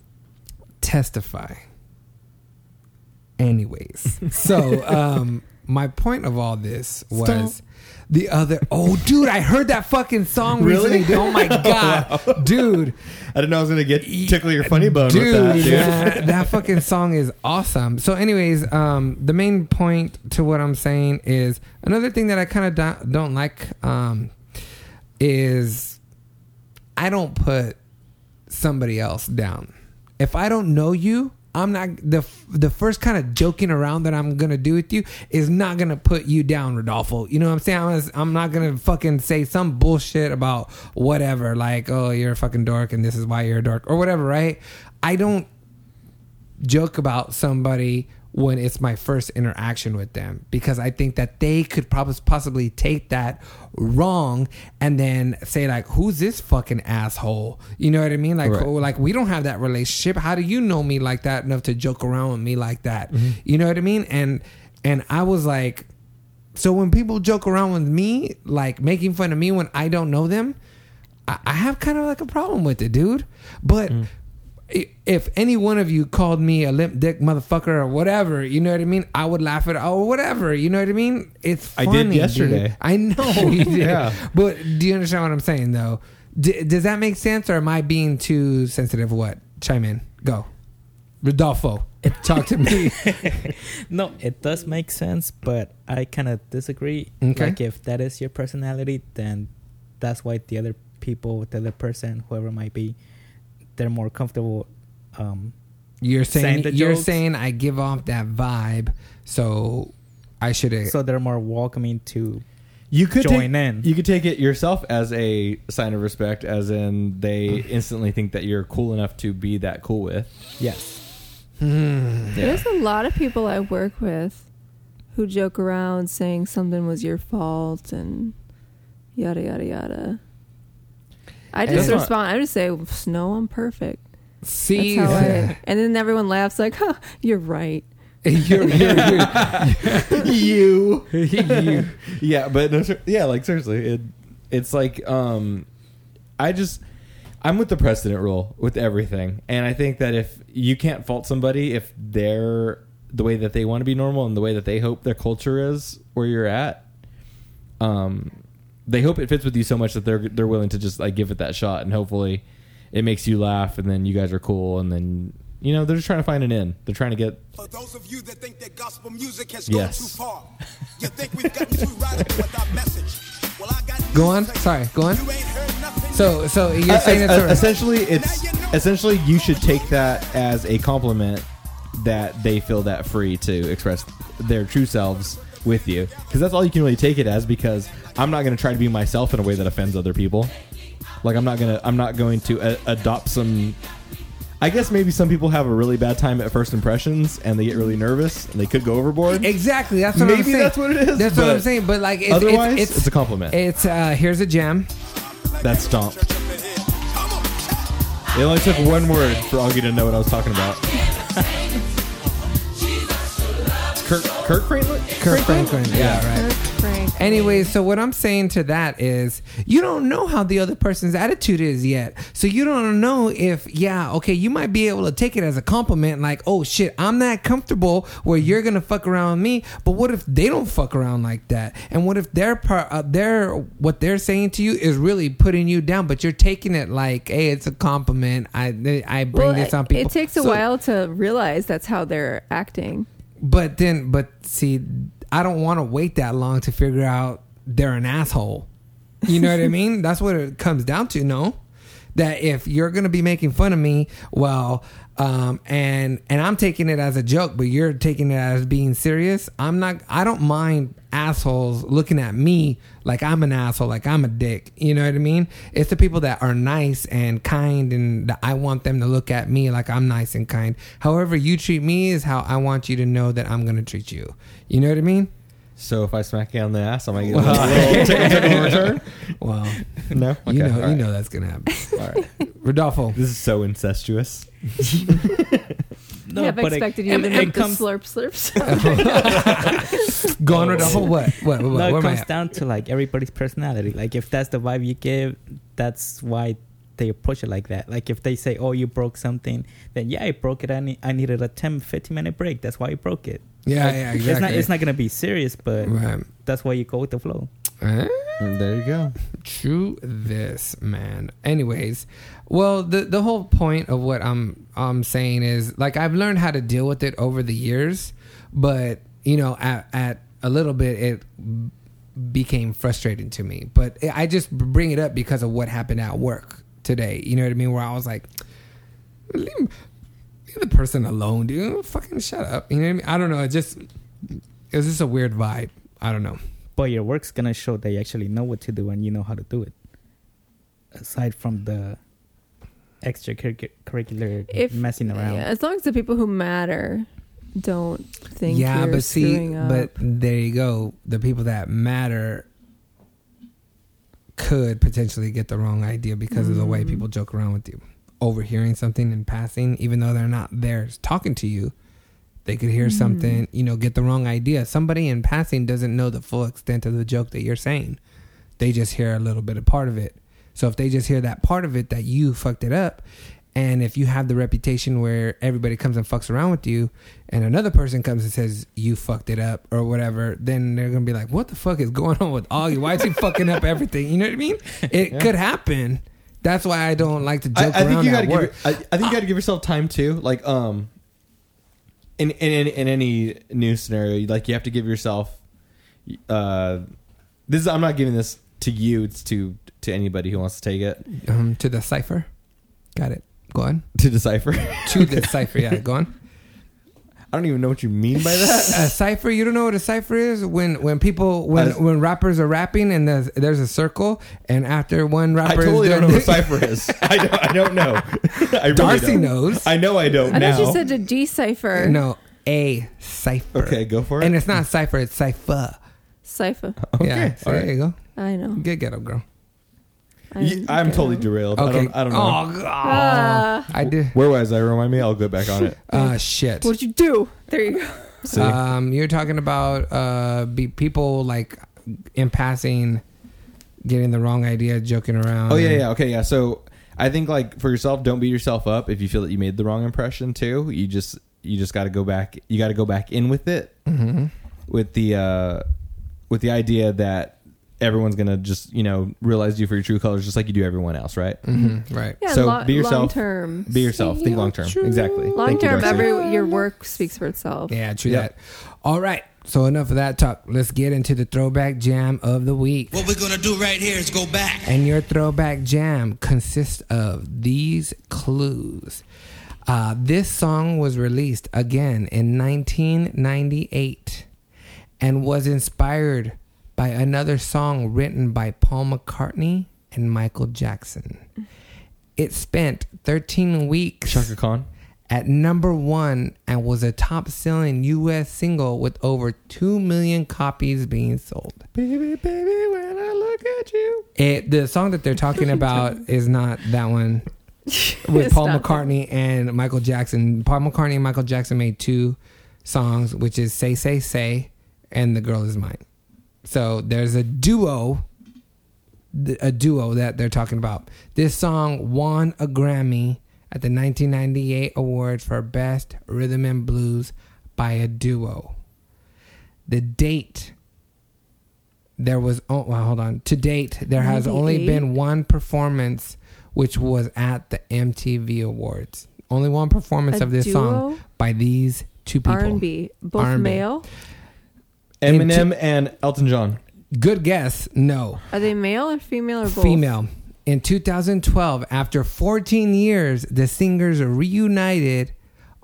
testify. Anyways, so um, my point of all this was the other. Oh, dude, I heard that fucking song Really? recently. Oh [laughs] my god, dude. [laughs] I didn't know I was gonna get tickle your funny bone Dude, with that, dude. yeah, that fucking song is awesome. So, anyways, um, the main point to what I'm saying is another thing that I kind of do- don't like um, is I don't put somebody else down. If I don't know you, I'm not the the first kind of joking around that I'm gonna do with you is not gonna put you down, Rodolfo. You know what I'm saying? I'm, gonna, I'm not gonna fucking say some bullshit about whatever, like oh you're a fucking dork and this is why you're a dork or whatever, right? I don't joke about somebody when it's my first interaction with them because I think that they could probably possibly take that wrong and then say like, "Who's this fucking asshole?" You know what I mean? Like, Right. oh, like we don't have that relationship. How do you know me like that enough to joke around with me like that? You know what I mean? And and I was like, So when people joke around with me, like making fun of me when I don't know them, I, I have kind of like a problem with it, dude. But Mm. i- if any one of you called me a limp dick motherfucker or whatever, you know what I mean, I would laugh at or whatever, you know what I mean. It's I funny, did yesterday. dude. I [laughs] know you did. Yeah. But do you understand what I'm saying though? D- does that make sense, or am I being too sensitive? What? Chime in. Go, Rodolfo. Talk to [laughs] me. [laughs] No, it does make sense, but I kind of disagree. Okay. Like, if that is your personality, then that's why the other people, the other person, whoever it might be, they're more comfortable. Um, You're saying Saying the you're jokes. saying I give off that vibe, so I should. so they're more welcoming to. Eh. You could Join take, in. You could take it yourself as a sign of respect, as in they instantly think that you're cool enough to be that cool with. Yes. There's a lot of people I work with who joke around saying something was your fault and yada yada yada. I And just that's not- respond. I just say, "Pfft, "No, I'm perfect." That's see, [laughs] how I, and then everyone laughs like, "Huh, you're right." you're, you're- [laughs] you. [laughs] [laughs] Yeah, but no, ser- yeah, like seriously, it it's like um I just I'm with the precedent rule with everything. And I think that if you can't fault somebody if they're the way that they want to be normal and the way that they hope their culture is where you're at, um they hope it fits with you so much that they're they're willing to just like give it that shot and hopefully it makes you laugh and then you guys are cool and then you know, they're just trying to find an end. They're trying to get For those of you that think that gospel music has Yes. gone too far, you think we've gotten too radical with our message. Well, I got news Go on. for you. Sorry, go on. You ain't heard nothing yet. so so you're Uh, saying es- it's a- essentially it's essentially you should take that as a compliment that they feel that free to express their true selves with you because that's all you can really take it as because i'm not going to try to be myself in a way that offends other people like i'm not going to i'm not going to a- adopt some i guess maybe some people have a really bad time at first impressions and they get really nervous and they could go overboard exactly. That's what I'm Maybe saying. that's what it is, That's what but I'm saying. But like, it's, otherwise it's, it's, it's, a compliment it's, uh, here's a gem. that's stomp Church up in here. Come on, cat. it only took one word for augie to know what i was talking about Kirk, Kirk Franklin? Kirk Franklin. Yeah, right. Frank. Anyway, so what I'm saying to that is you don't know how the other person's attitude is yet. So you don't know if, yeah, okay, you might be able to take it as a compliment, like, oh shit, I'm that comfortable where you're gonna fuck around with me. But what if they don't fuck around like that? And what if their part, uh, their what they're saying to you is really putting you down, but you're taking it like, hey, it's a compliment. I I bring this on people. It takes a So- while to realize that's how they're acting. but then, but see, I don't want to wait that long to figure out they're an asshole. You know what I mean? That's what it comes down to. No, that if you're gonna be making fun of me, well, um, and and I'm taking it as a joke, but you're taking it as being serious. I'm not. I don't mind assholes looking at me like I'm an asshole, like I'm a dick. You know what I mean? It's the people that are nice and kind, and that I want them to look at me like I'm nice and kind. However, you treat me is how I want you to know that I'm gonna treat you. You know what I mean? So if I smack you on the ass, I might get a [laughs] [laughs] little tickle, tickle in return. Well, No, you know, all right. you know that's gonna happen. All right. [laughs] Rodolfo, This is so incestuous. No, I have but it- expected you it- to it make comes- the [laughs] slurp slurps. go on, Rodolfo. What? What? What? what no, where it am I comes at? down to like everybody's personality. Like if that's the vibe you give, that's why they approach it like that. Like if they say, "Oh, you broke something," then yeah, I broke it. I, need, I needed a 10, 15 minute break. That's why I broke it. Yeah, Like, yeah, It's not. exactly. It's not gonna be serious, but Right. that's why you go with the flow. Huh? There you go. True this, man. Anyways, well, the the whole point of what I'm I'm saying is like I've learned how to deal with it over the years, but you know, at, at a little bit it became frustrating to me. But I I just bring it up because of what happened at work today. You know what I mean? Where I was like, leave, leave the person alone, dude. Fucking shut up. You know what I mean? I don't know. It just it was just a weird vibe. I don't know. But your work's gonna show that you actually know what to do and you know how to do it. Aside from the extracurricular If- messing around. Yeah, as long as the people who matter don't think yeah, you're but see, screwing up. but there you go. The people that matter could potentially get the wrong idea because of the Mm. way people joke around with you, overhearing something in passing, even though they're not there talking to you. They could Mm-hmm. hear something, you know, get the wrong idea. Somebody in passing doesn't know the full extent of the joke that you're saying. They just hear a little bit of part of it. So if they just hear that part of it that you fucked it up, and if you have the reputation where everybody comes and fucks around with you, and another person comes and says you fucked it up or whatever, then they're gonna be like, "What the fuck is going on with Augie? Why is he fucking up everything?" You know what I [laughs] mean? It could happen. That's why I don't like to joke I, I around think you at gotta work. give. I, I think you gotta give yourself time too. Like um, in in in, in any new scenario, you- like you have to give yourself. Uh, this is, I'm not giving this to you. It's to to anybody who wants to take it um, to the cipher. Got it. Go on. to decipher. To the cipher. Yeah, go on. [laughs] I don't even know what you mean by [laughs] that. A cipher. Uh, You don't know what a cipher is when when people when Uh, when rappers are rapping and there's, there's a circle and after one I rapper totally is don't done- know what cipher is. I don't, I don't know. [laughs] I really Darcy don't. knows. I know I don't I now. thought you said to [laughs] decipher. No, a cipher. okay, go for it. And it's not cipher. It's cipher. Cipher. okay, yeah. So all there right. you go. I know. Get ghetto girl. Ye- I'm okay. totally derailed. Okay. I don't, I don't know. Oh, Ah. God. I did. Where was I? Remind me. I'll go back [laughs] on it. Uh, shit. What'd you do? There you go. See, Um, you're talking about uh, be people like in passing, getting the wrong idea, joking around. Oh yeah, yeah, okay, yeah. So I think like for yourself, don't beat yourself up if you feel that you made the wrong impression too. You just you just got to go back. You got to go back in with it, Mm-hmm. with the uh, with the idea that everyone's gonna just you know realize you for your true colors, just like you do everyone else, right? Mhm, right. Yeah, So, lo- be yourself. Long term. Be yourself. Think long term. Exactly. Long Thank you, term, Darcy. every your work speaks for itself. [laughs] Yeah, true Yep. that. All right. So enough of that talk. Let's get into the throwback jam of the week. What we're gonna do right here is go back. And your throwback jam consists of these clues. Uh, this song was released again in 1998 and was inspired by another song written by Paul McCartney and Michael Jackson. It spent 13 weeks Chaka Khan. at number one and was a top selling US single with over 2 million copies being sold. Baby, baby, when I look at you. It, the song that they're [laughs] talking about is not that one [laughs] with It's Paul not McCartney and Michael Jackson. Paul McCartney and Michael Jackson made two songs, which is Say, Say, Say and The Girl Is Mine. So there's a duo, th- a duo that they're talking about. This song won a Grammy at the 1998 Awards for Best Rhythm and Blues by a duo. The date there was oh well, hold on to date there has only 98? been one performance which was at the mtv awards only one performance A of this duo? song by these two people R and B, both R&B. male. Eminem and Elton John. good guess no Are they male or female or both? female in 2012 after 14 years the singers reunited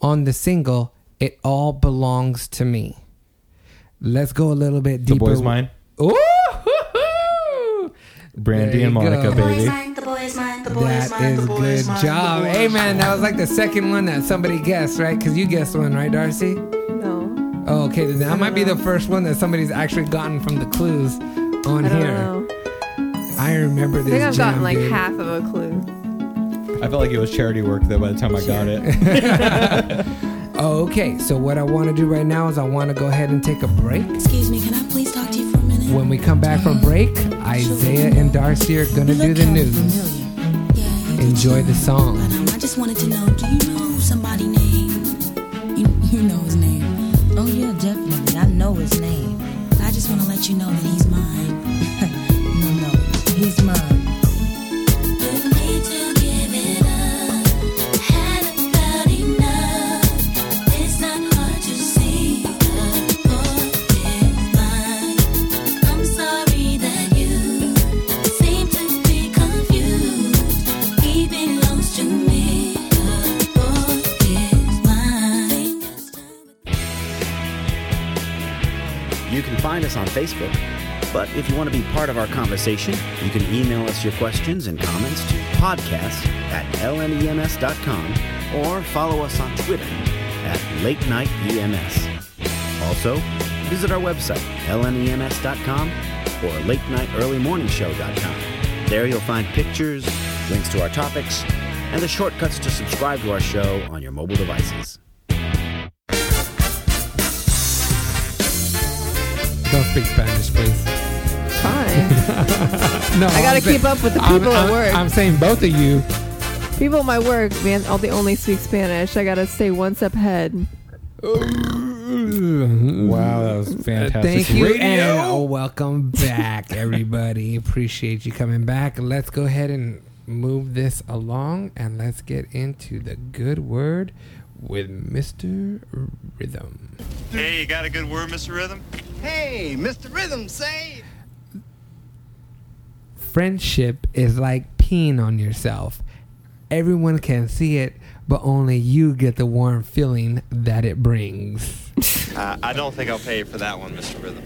on the single it all belongs to me let's go a little bit The deeper boy's mine. Ooh! There Brandy you and Monica, go. baby. That is good job. Hey man, that was like the second one that somebody guessed, right? Because you guessed one, right, Darcy? No, Oh, okay, then that might be the first one that somebody's actually gotten from the clues on I don't here. know. I remember I this. think I've jam, gotten like dude. half of a clue. I felt like it was charity work though by the time I got it. Oh, okay, so what I want to do right now is I want to go ahead and take a break. Excuse me, can I please talk to you for a minute? When we come back from break, Isaiah and Darcy are gonna do the news. Enjoy the song. But um, I just wanted to know, do you know somebody named? You, you know his name. Oh yeah, definitely. I know his name. I just want to let you know that he's mine. [laughs] no, no, he's mine. I'm sorry that you seem to be confused. He belongs to me. The boy is mine. You can find us on Facebook, but if you want to be part of our conversation, you can email us your questions and comments to podcasts at E lnems.com or follow us on Twitter at Late Night EMS. Also, visit our website, E lnems.com or latenightearlymorningshow.com. There you'll find pictures, links to our topics, and the shortcuts to subscribe to our show on your mobile devices. Don't speak Spanish, please. Fine. no, I gotta keep up with the I'm- people at I'm- work. I'm saying both of you. People at my work, man, all they only speak Spanish. I gotta stay one step ahead. Wow, that Uh, was fantastic. Thank you, Radio. and uh, welcome back, everybody. Appreciate you coming back. Let's go ahead and move this along, and let's get into the good word with Mister Rhythm. Hey, you got a good word, Mr. Rhythm? Hey, Mr. Rhythm, say. Friendship is like peeing on yourself. Everyone can see it, but only you get the warm feeling that it brings. Uh, I don't think I'll pay you for that one, Mr. Rhythm.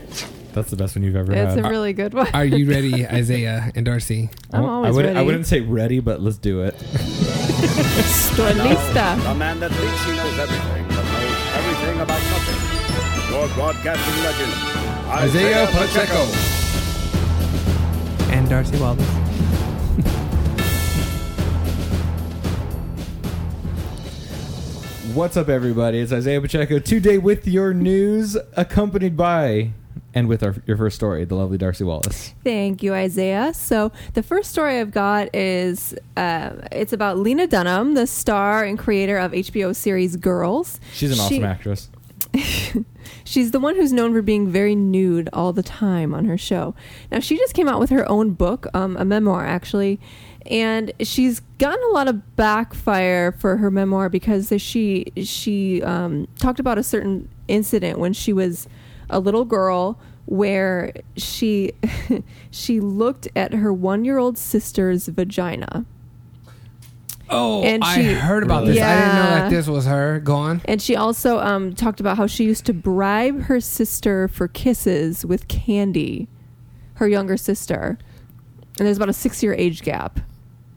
That's the best one you've ever It's had. a really good one. Are you [laughs] ready, Isaiah and Darcy? [laughs] I'm I always wouldn't- I ready. wouldn't say ready, but let's do it. Stornista. A man that thinks he knows everything, but knows everything about nothing. Your broadcasting legend, Isaiah Pacheco. And Darcy Wallace. What's up, everybody? It's Isaiah Pacheco today with your news, accompanied by and with our, your first story, the lovely Darcy Wallace. Thank you, Isaiah. So the first story I've got is uh, it's about Lena Dunham, the star and creator of HBO series Girls. She's an She- awesome actress. [laughs] She's the one who's known for being very nude all the time on her show. Now, she just came out with her own book, um, a memoir actually, and she's gotten a lot of backfire for her memoir because she she um, talked about a certain incident when she was a little girl where she [laughs] she looked at her one year old sister's vagina. Oh, And I she- heard about this. I didn't know that Yeah. this was her. Go on. And she also um, talked about how she used to bribe her sister for kisses with candy, her younger sister. And there's about a six year age gap.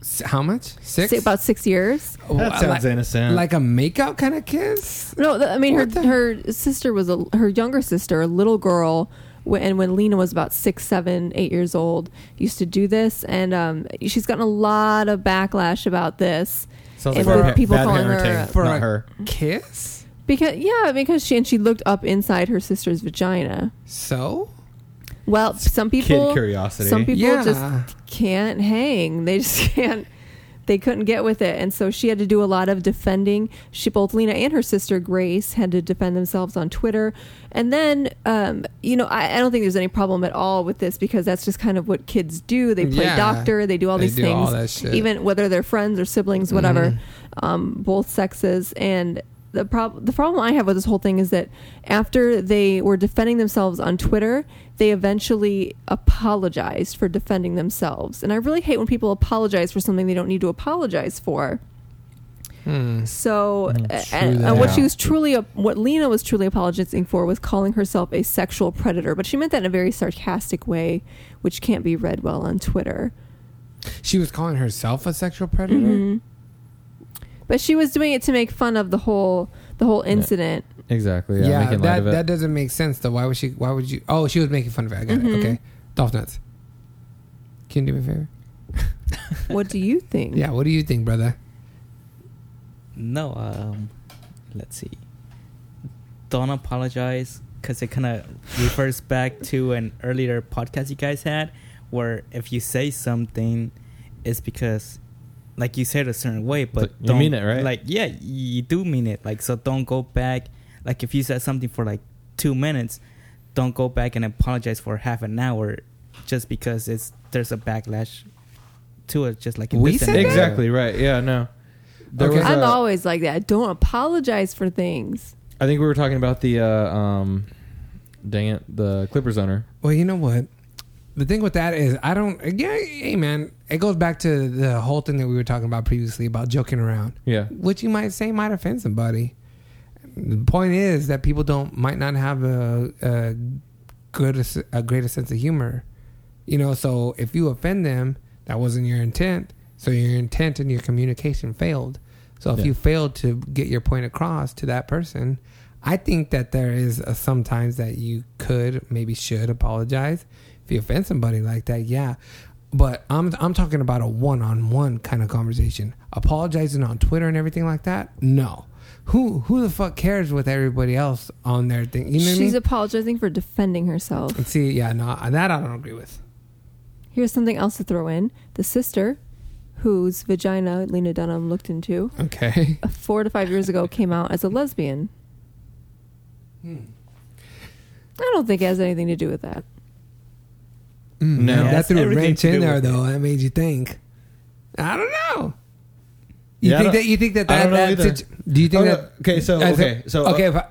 S- How much? Six? Say about six years. Oh, That I sounds like- innocent. Like a makeout kind of kiss? No, th- I mean her What the- her sister was a her younger sister, a little girl, when, and when Lena was about six, seven, eight years old, used to do this, and um, she's gotten a lot of backlash about this. Sounds and like with bad- bad parenting. uh, a- For Not [laughs] her. Kiss? because yeah, because she and she looked up inside her sister's vagina. So? Well, some kid people curiosity. Some people Yeah. just can't hang. They just [laughs] can't. They couldn't get with it, and so she had to do a lot of defending. She, both Lena and her sister Grace, had to defend themselves on Twitter. And then, um, you know, I, I don't think there's any problem at all with this because that's just kind of what kids do. They play Yeah. doctor. They do all They these do all things, that shit. Mm-hmm. even whether they're friends or siblings, whatever. Um, both sexes and. The, prob- the problem I have with this whole thing is that after they were defending themselves on Twitter, they eventually apologized for defending themselves. And I really hate when people apologize for something they don't need to apologize for. So, Mm. That's and, true and what that. she was truly, what Lena was truly apologizing for was calling herself a sexual predator, but she meant that in a very sarcastic way, which can't be read well on Twitter. She was calling herself a sexual predator? Mm-hmm. But she was doing it to make fun of the whole the whole incident. Exactly. Yeah, Yeah, making light that, of it. that doesn't make sense, though. Why would she? Why would you? Oh, she was making fun of it. I got Mm-hmm. it. Okay. Dolph nuts. Can you do me a favor? What do you think? Yeah, what do you think, brother? No, um, let's see. Don't apologize because it kind of refers back to an earlier podcast you guys had where if you say something, it's because like you said a certain way, but But you don't mean it, right? Like, yeah, you do mean it. Like, so don't go back. Like, if you said something for like two minutes, don't go back and apologize for half an hour just because it's there's a backlash to it. Just like in We this said that? scenario. exactly right. Yeah, no. There Okay. was I'm a- always like that. Don't apologize for things. I think we were talking about the uh, um, dang it, the Clippers owner. Well, you know what? The thing with that is, I don't. Yeah, hey man, it goes back to the whole thing that we were talking about previously about joking around. Yeah. what you might say might offend somebody. The point is that people don't might not have a, a good a greater sense of humor, you know. So if you offend them, that wasn't your intent. So your intent and your communication failed. So if Yeah. you failed to get your point across to that person, I think that there is a sometimes that you could maybe should apologize if you offend somebody like that. Yeah, But I'm I'm talking about a one-on-one kind of conversation. Apologizing on Twitter and everything like that? No. Who who the fuck cares with everybody else on their thing? You know what I She's mean? apologizing for defending herself. See, yeah, no, that I don't agree with. Here's something else to throw in: the sister, whose vagina Lena Dunham looked into, uh, Okay. four to five years ago, came out as a lesbian. Hmm. I don't think it has anything to do with that. [laughs] No. Man, Mm, that That's threw a everything wrench to do in there, with though. That made you think. I don't know. You Yeah, I think don't- that you think that I that, don't know that either. situ- do you think Oh, no. that Okay, so- as a- okay, so, uh, okay if I,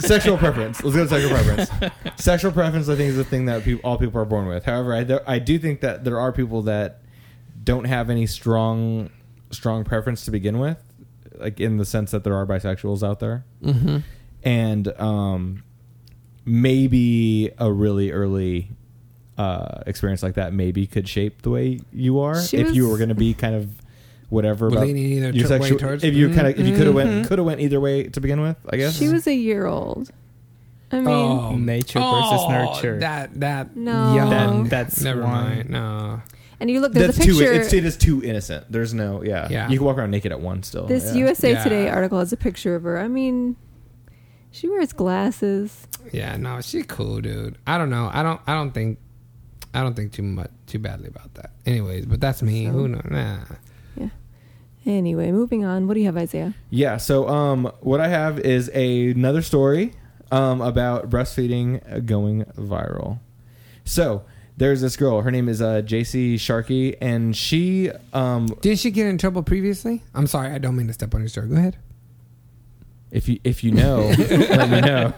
sexual preference. Let's go to sexual preference. [laughs] sexual preference, I think, is the thing that peop all people are born with. However, I, do- I do think that there are people that don't have any strong strong preference to begin with, like in the sense that there are bisexuals out there, Mhm. and um, maybe a really early. Uh, experience like that maybe could shape the way you are She if you was- were going to be kind of whatever Well, about leaning either your to- way sexual- towards- Mm-hmm. if you kind of if you could have went Mhm. could have went either way to begin with I guess She was a year old. I mean, oh, Nature oh, versus nurture. That that No. young. That- that's never one. mind. No. and you look. There's That's a too. picture. It's, it is too innocent. There's no. Yeah. Yeah. You can walk around naked at one still. this Oh, yeah. USA Yeah. Today article has a picture of her. I mean, she wears glasses. Yeah, no, she cool, dude. I don't know. I don't. I don't think. I don't think too much too badly about that. Anyways, but that's me. Who knows? Nah. Anyway, moving on. What do you have, Isaiah? Yeah. So um, what I have is a, another story um about breastfeeding going viral. So there's this girl. Her name is uh JC Sharkey, and she um Didn't she get in trouble previously? I'm sorry, I don't mean to step on your story. Go ahead. if you if you know, let me know.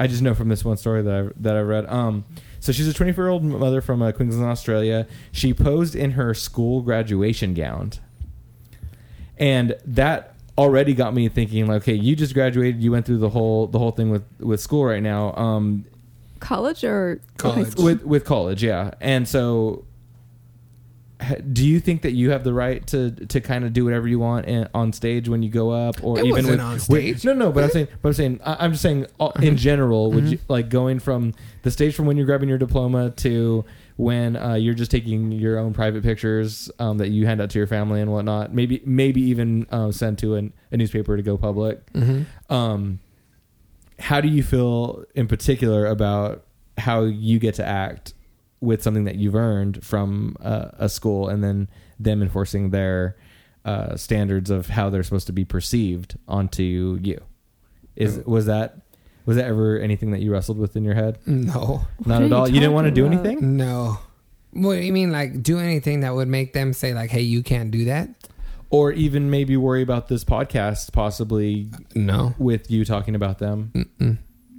I just know from this one story that I that I read. Um, so she's a 24 year old mother from uh, Queensland, Australia. She posed in her school graduation gown, and that already got me thinking. Like, okay, you just graduated. You went through the whole the whole thing with with school right now. Um, College or high school? with with college, yeah. And so, h- do you think that you have the right to to kind of do whatever you want in, on stage when you go up, or It even wasn't with, on with- stage. no, no. But I'm saying, but I'm saying, I- I'm just saying all- in general, would you like going from the stage from when you're grabbing your diploma to when uh, you're just taking your own private pictures um, that you hand out to your family and whatnot? Maybe, maybe even uh, send to an, a newspaper to go public. Um, how do you feel in particular about how you get to act with something that you've earned from uh, a school and then them enforcing their uh, standards of how they're supposed to be perceived onto you is was that was that ever anything that you wrestled with in your head No. not are at you all you didn't want to talking do about? anything No. What do you mean? Like do anything that would make them say like, "Hey, you can't do that." or even maybe worry about this podcast possibly No. with you talking about them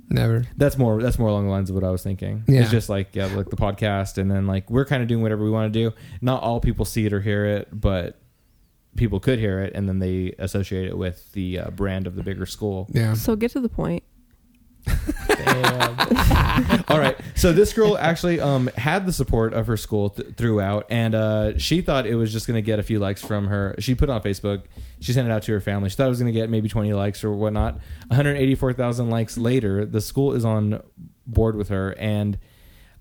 Never. That's more. That's more along the lines of what I was thinking. Yeah. It's just like yeah, like the podcast, and then like we're kind of doing whatever we want to do. Not all people see it or hear it, but people could hear it, and then they associate it with the uh, brand of the bigger school. Yeah. So get to the point. all right. So this girl actually um, had the support of her school th- throughout, and uh, she thought it was just going to get a few likes from her. She put it on Facebook. She sent it out to her family. She thought it was going to get maybe 20 likes or whatnot. 184,000 likes later, the school is on board with her, and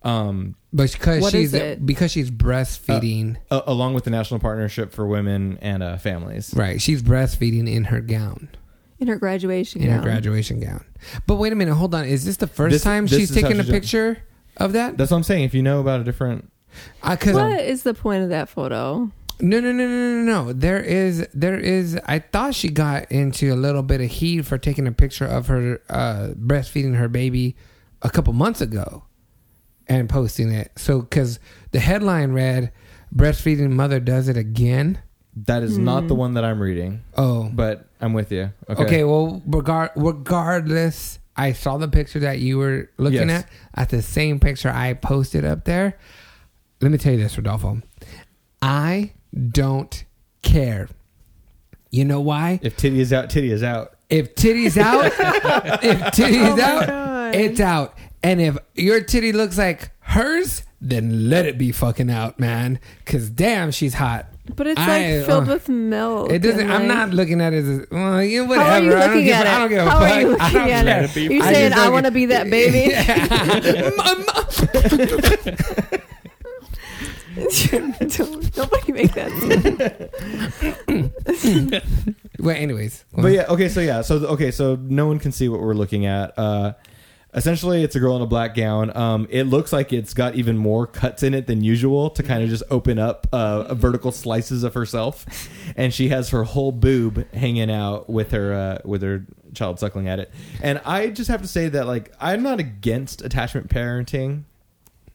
um, But because What she's is it? because she's breastfeeding, a- along with the National Partnership for Women and uh, Families. right? She's breastfeeding in her gown, In her graduation in gown. her graduation gown. But wait a minute, hold on. Is this the first This- time this she's is how taken a she's doing- picture of that? That's what I'm saying. If you know about a different, Because What is the point of that photo? No, no, no, no, no, no. There is, there is. I thought she got into a little bit of heat for taking a picture of her uh, breastfeeding her baby a couple months ago and posting it. So, because the headline read, "Breastfeeding mother does it again." that is not the one that I'm reading. Oh, But I'm with you. Okay. okay. well, regard regardless, I saw the picture that you were looking Yes. at. At the same picture I posted up there. Let me tell you this, Rodolfo. I don't care. You know why? If titty is out, titty is out. If titty's out, if titty's Oh my out, God. it's out. And if your titty looks like hers, then let it be fucking out, man. Cause damn, she's hot. But it's I- like filled uh, with milk. It doesn't. and, I'm like- not looking at it as well, you know, whatever. How are you I don't looking give, a- at it? I don't give a How fuck. are you I don't looking care. at it? You're I saying just I don't [laughs] want [laughs] to be that baby. Yeah. [laughs] Don't- Nobody make [laughs] that sound. Well, anyways, But yeah, okay, so yeah, so okay, so no one can see what we're looking at. Uh, essentially, it's a girl in a black gown. Um, it looks like it's got even more cuts in it than usual to kind of just open up uh, vertical slices of herself, and she has her whole boob hanging out with her uh, with her child suckling at it. And I just have to say that like I'm not against attachment parenting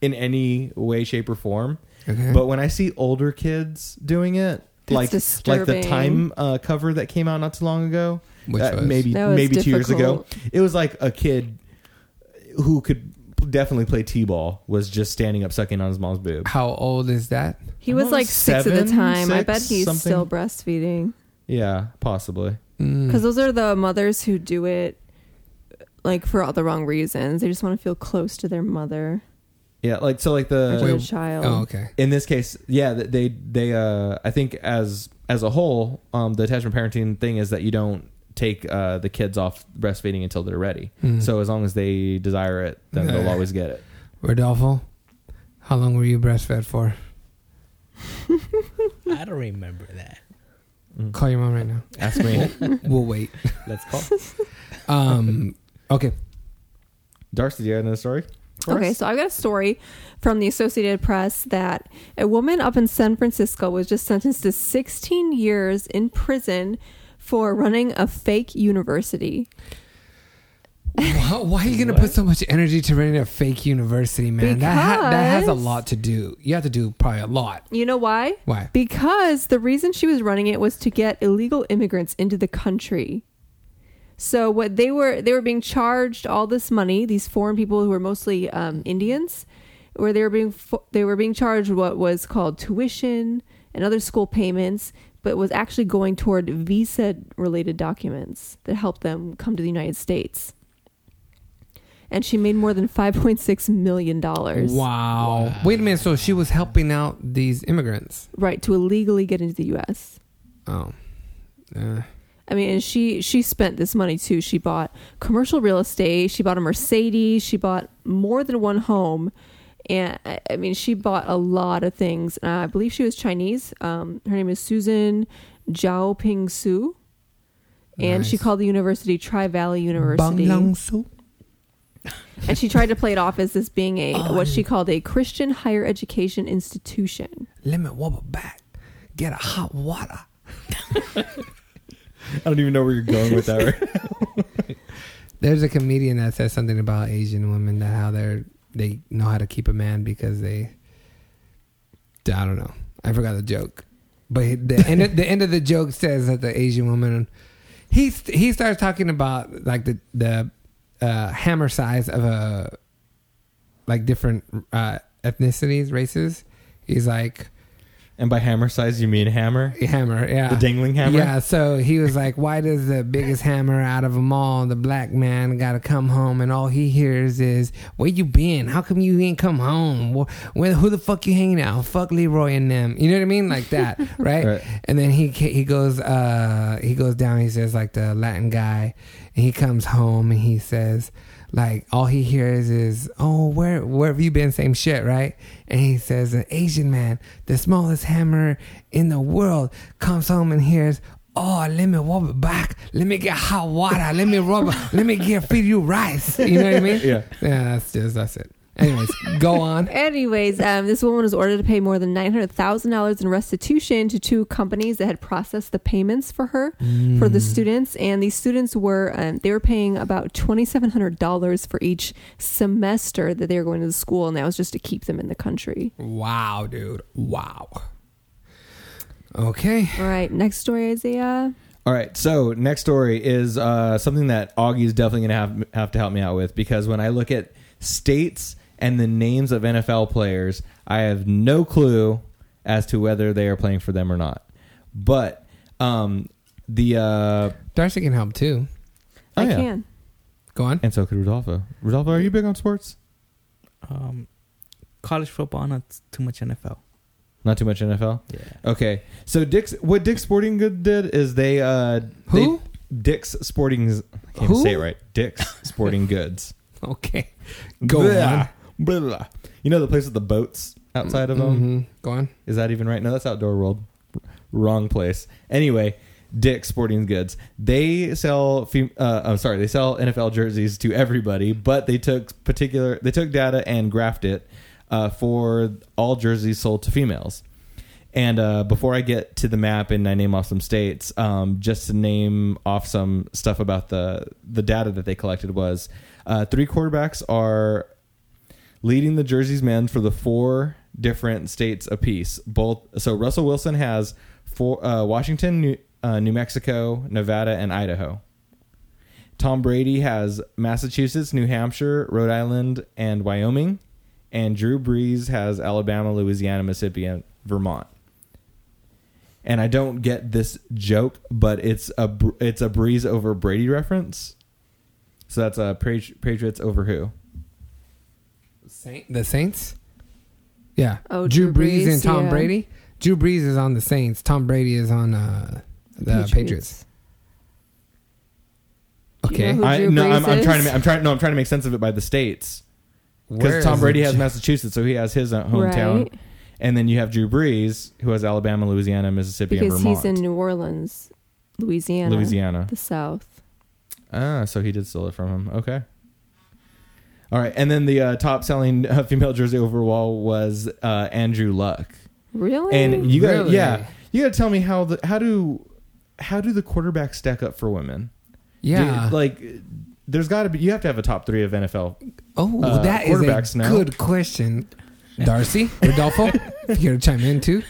in any way, shape, or form. Okay. But when I see older kids doing it, That's like like the disturbing. time uh, cover that came out not too long ago. Which uh, was? maybe That was maybe two years ago. difficult. It was like a kid who could definitely play t-ball was just standing up sucking on his mom's boob. How old is that? he was like six at the Seven, time. I six, bet he's something? still breastfeeding Yeah, possibly. Hmm. because those are the mothers who do it like for all the wrong reasons. They just want to feel close to their mother. Yeah, like so, like Uh, the Or to the Wait, child. oh, okay. In this case, yeah, th- they they uh, I think as as a whole, um, the attachment parenting thing is that you don't take uh the kids off breastfeeding until they're ready. Hmm. So as long as they desire it, then they'll Yeah. always get it. Rodolfo, how long were you breastfed for? I don't remember that. Call your mom right now. Mm. Ask me. We'll, we'll wait. Let's [laughs] call. Um. Okay. Darcy, do you have another story? for Okay, us? so I've got a story from the Associated Press that a woman up in San Francisco was just sentenced to 16 years in prison for running a fake university. Why, why are you going to put so much energy to running a fake university, man? That ha- that has a Because- lot to do. You have to do probably a lot. You know why? Why? Because the reason she was running it was to get illegal immigrants into the country. So what they were they were being charged all this money. These foreign people who were mostly um, Indians, where they were being fo- they were being charged what was called tuition and other school payments, but was actually going toward visa related documents that helped them come to the United States. And she made more than five point six million dollars. Wow. Wait a minute. So she was helping out these immigrants. Right to illegally get into the U.S. Oh. Uh, I mean, and she she spent this money too. She bought commercial real estate. She bought a Mercedes. She bought more than one home, and I I mean, she bought a lot of things. Uh, I believe she was Chinese. Um, her name is Susan Zhao Ping Su, and she called the university Tri Valley University. Banglangsu? and she tried to play it off as this being a what she called a Christian higher education institution. Let me wobble back. Get a hot water. I don't even know where you're going with [laughs] that. Right? There's a comedian that says something about Asian women that how they're they know how to keep a man because they I don't know. I forgot the joke. But the end of, the end of the joke says that the Asian woman he st- he starts talking about like the the uh, hammer size of a like different uh, ethnicities races. He's like and by hammer size, you mean hammer? hammer, yeah. The dangling hammer? Yeah, so he was like, Why does the biggest hammer out of them all, the black man, gotta come home and all he hears is, Where you been? How come you ain't come home? Wh- Where, who the fuck you hanging out? Fuck Leroy and them. You know what I mean? Like that, [laughs] right? Right. And then he ca- he goes uh he goes down, he says like the Latin guy, and he comes home and he says, like all he hears is, "Oh, where where have you been?" Same shit, right? And he says, "An Asian man, the smallest hammer in the world, comes home and hears." Oh, let me rub it back. Let me get hot water. Let me rub. [laughs] let me get feed you rice. You know what I mean? Yeah. Yeah. That's just that's it. Anyways, go on. Anyways, um, this woman was ordered to pay more than nine hundred thousand dollars in restitution to two companies that had processed the payments for her for the students, and these students were um, they were paying about twenty seven hundred dollars for each semester that they were going to the school, and that was just to keep them in the country. Wow, dude. Wow. Okay. All right, next story, Isaiah. All right. So next story is uh, something that Augie is definitely gonna have have to help me out with because when I look at states and the names of NFL players, I have no clue as to whether they are playing for them or not. But um, the uh, Darcy can help too. I oh, yeah. can. Go on. and so could Rodolfo. Rodolfo, are you big on sports? Um, college football, not too much NFL. Not too much NFL. Yeah. Okay. So Dick's what Dick's Sporting Good did is they uh Who? they- Dick's Sporting I can't Who? say it right. Dick's Sporting Goods. Okay. Go Blah, on. blah. You know the place with the boats? outside of um, them. Mm-hmm. Go on. Is that even right? No, that's Outdoor World. Wrong place. Anyway, Dick's Sporting Goods. They sell. fem- Uh, I'm sorry. They sell NFL jerseys to everybody, but they took particular. They took data and graphed it uh, for all jerseys sold to females. And uh, before I get to the map and I name off some states, um, just to name off some stuff about the the data that they collected was uh, three quarterbacks are leading the jerseys men for the four different states apiece. Both so Russell Wilson has four uh, Washington, New, uh, New Mexico, Nevada, and Idaho. Tom Brady has Massachusetts, New Hampshire, Rhode Island, and Wyoming, and Drew Brees has Alabama, Louisiana, Mississippi, and Vermont. And I don't get this joke, but it's a br- it's a breeze over Brady reference. So that's a Patri- Patriots over who? Saint the Saints. Yeah. Oh, Drew, Drew Brees, Brees, and Tom yeah. Brady. Drew Brees is on the Saints. Tom Brady is on uh, the Patriots. Patriots. Okay. know who I, Drew no, Brees I'm, I'm trying to. is? ma- I'm trying. No, I'm trying to make sense of it by the states. Where Because is Tom Brady it? has Massachusetts, so he has his uh, hometown, Right. and then you have Drew Brees, who has Alabama, Louisiana, Mississippi, because and Vermont. he's in New Orleans, Louisiana, Louisiana. the South. ah, so he did steal it from him. Okay. All right, and then the uh, top-selling uh, female jersey overall was uh, Andrew Luck, Really? and you got to Really? yeah, you got to tell me how the how do how do the quarterbacks stack up for women? Yeah. Do- like there's got to be you have to have a top three of NFL. Oh, uh, that is quarterbacks a now. good question. Darcy, Rodolfo, if you're to chime in too.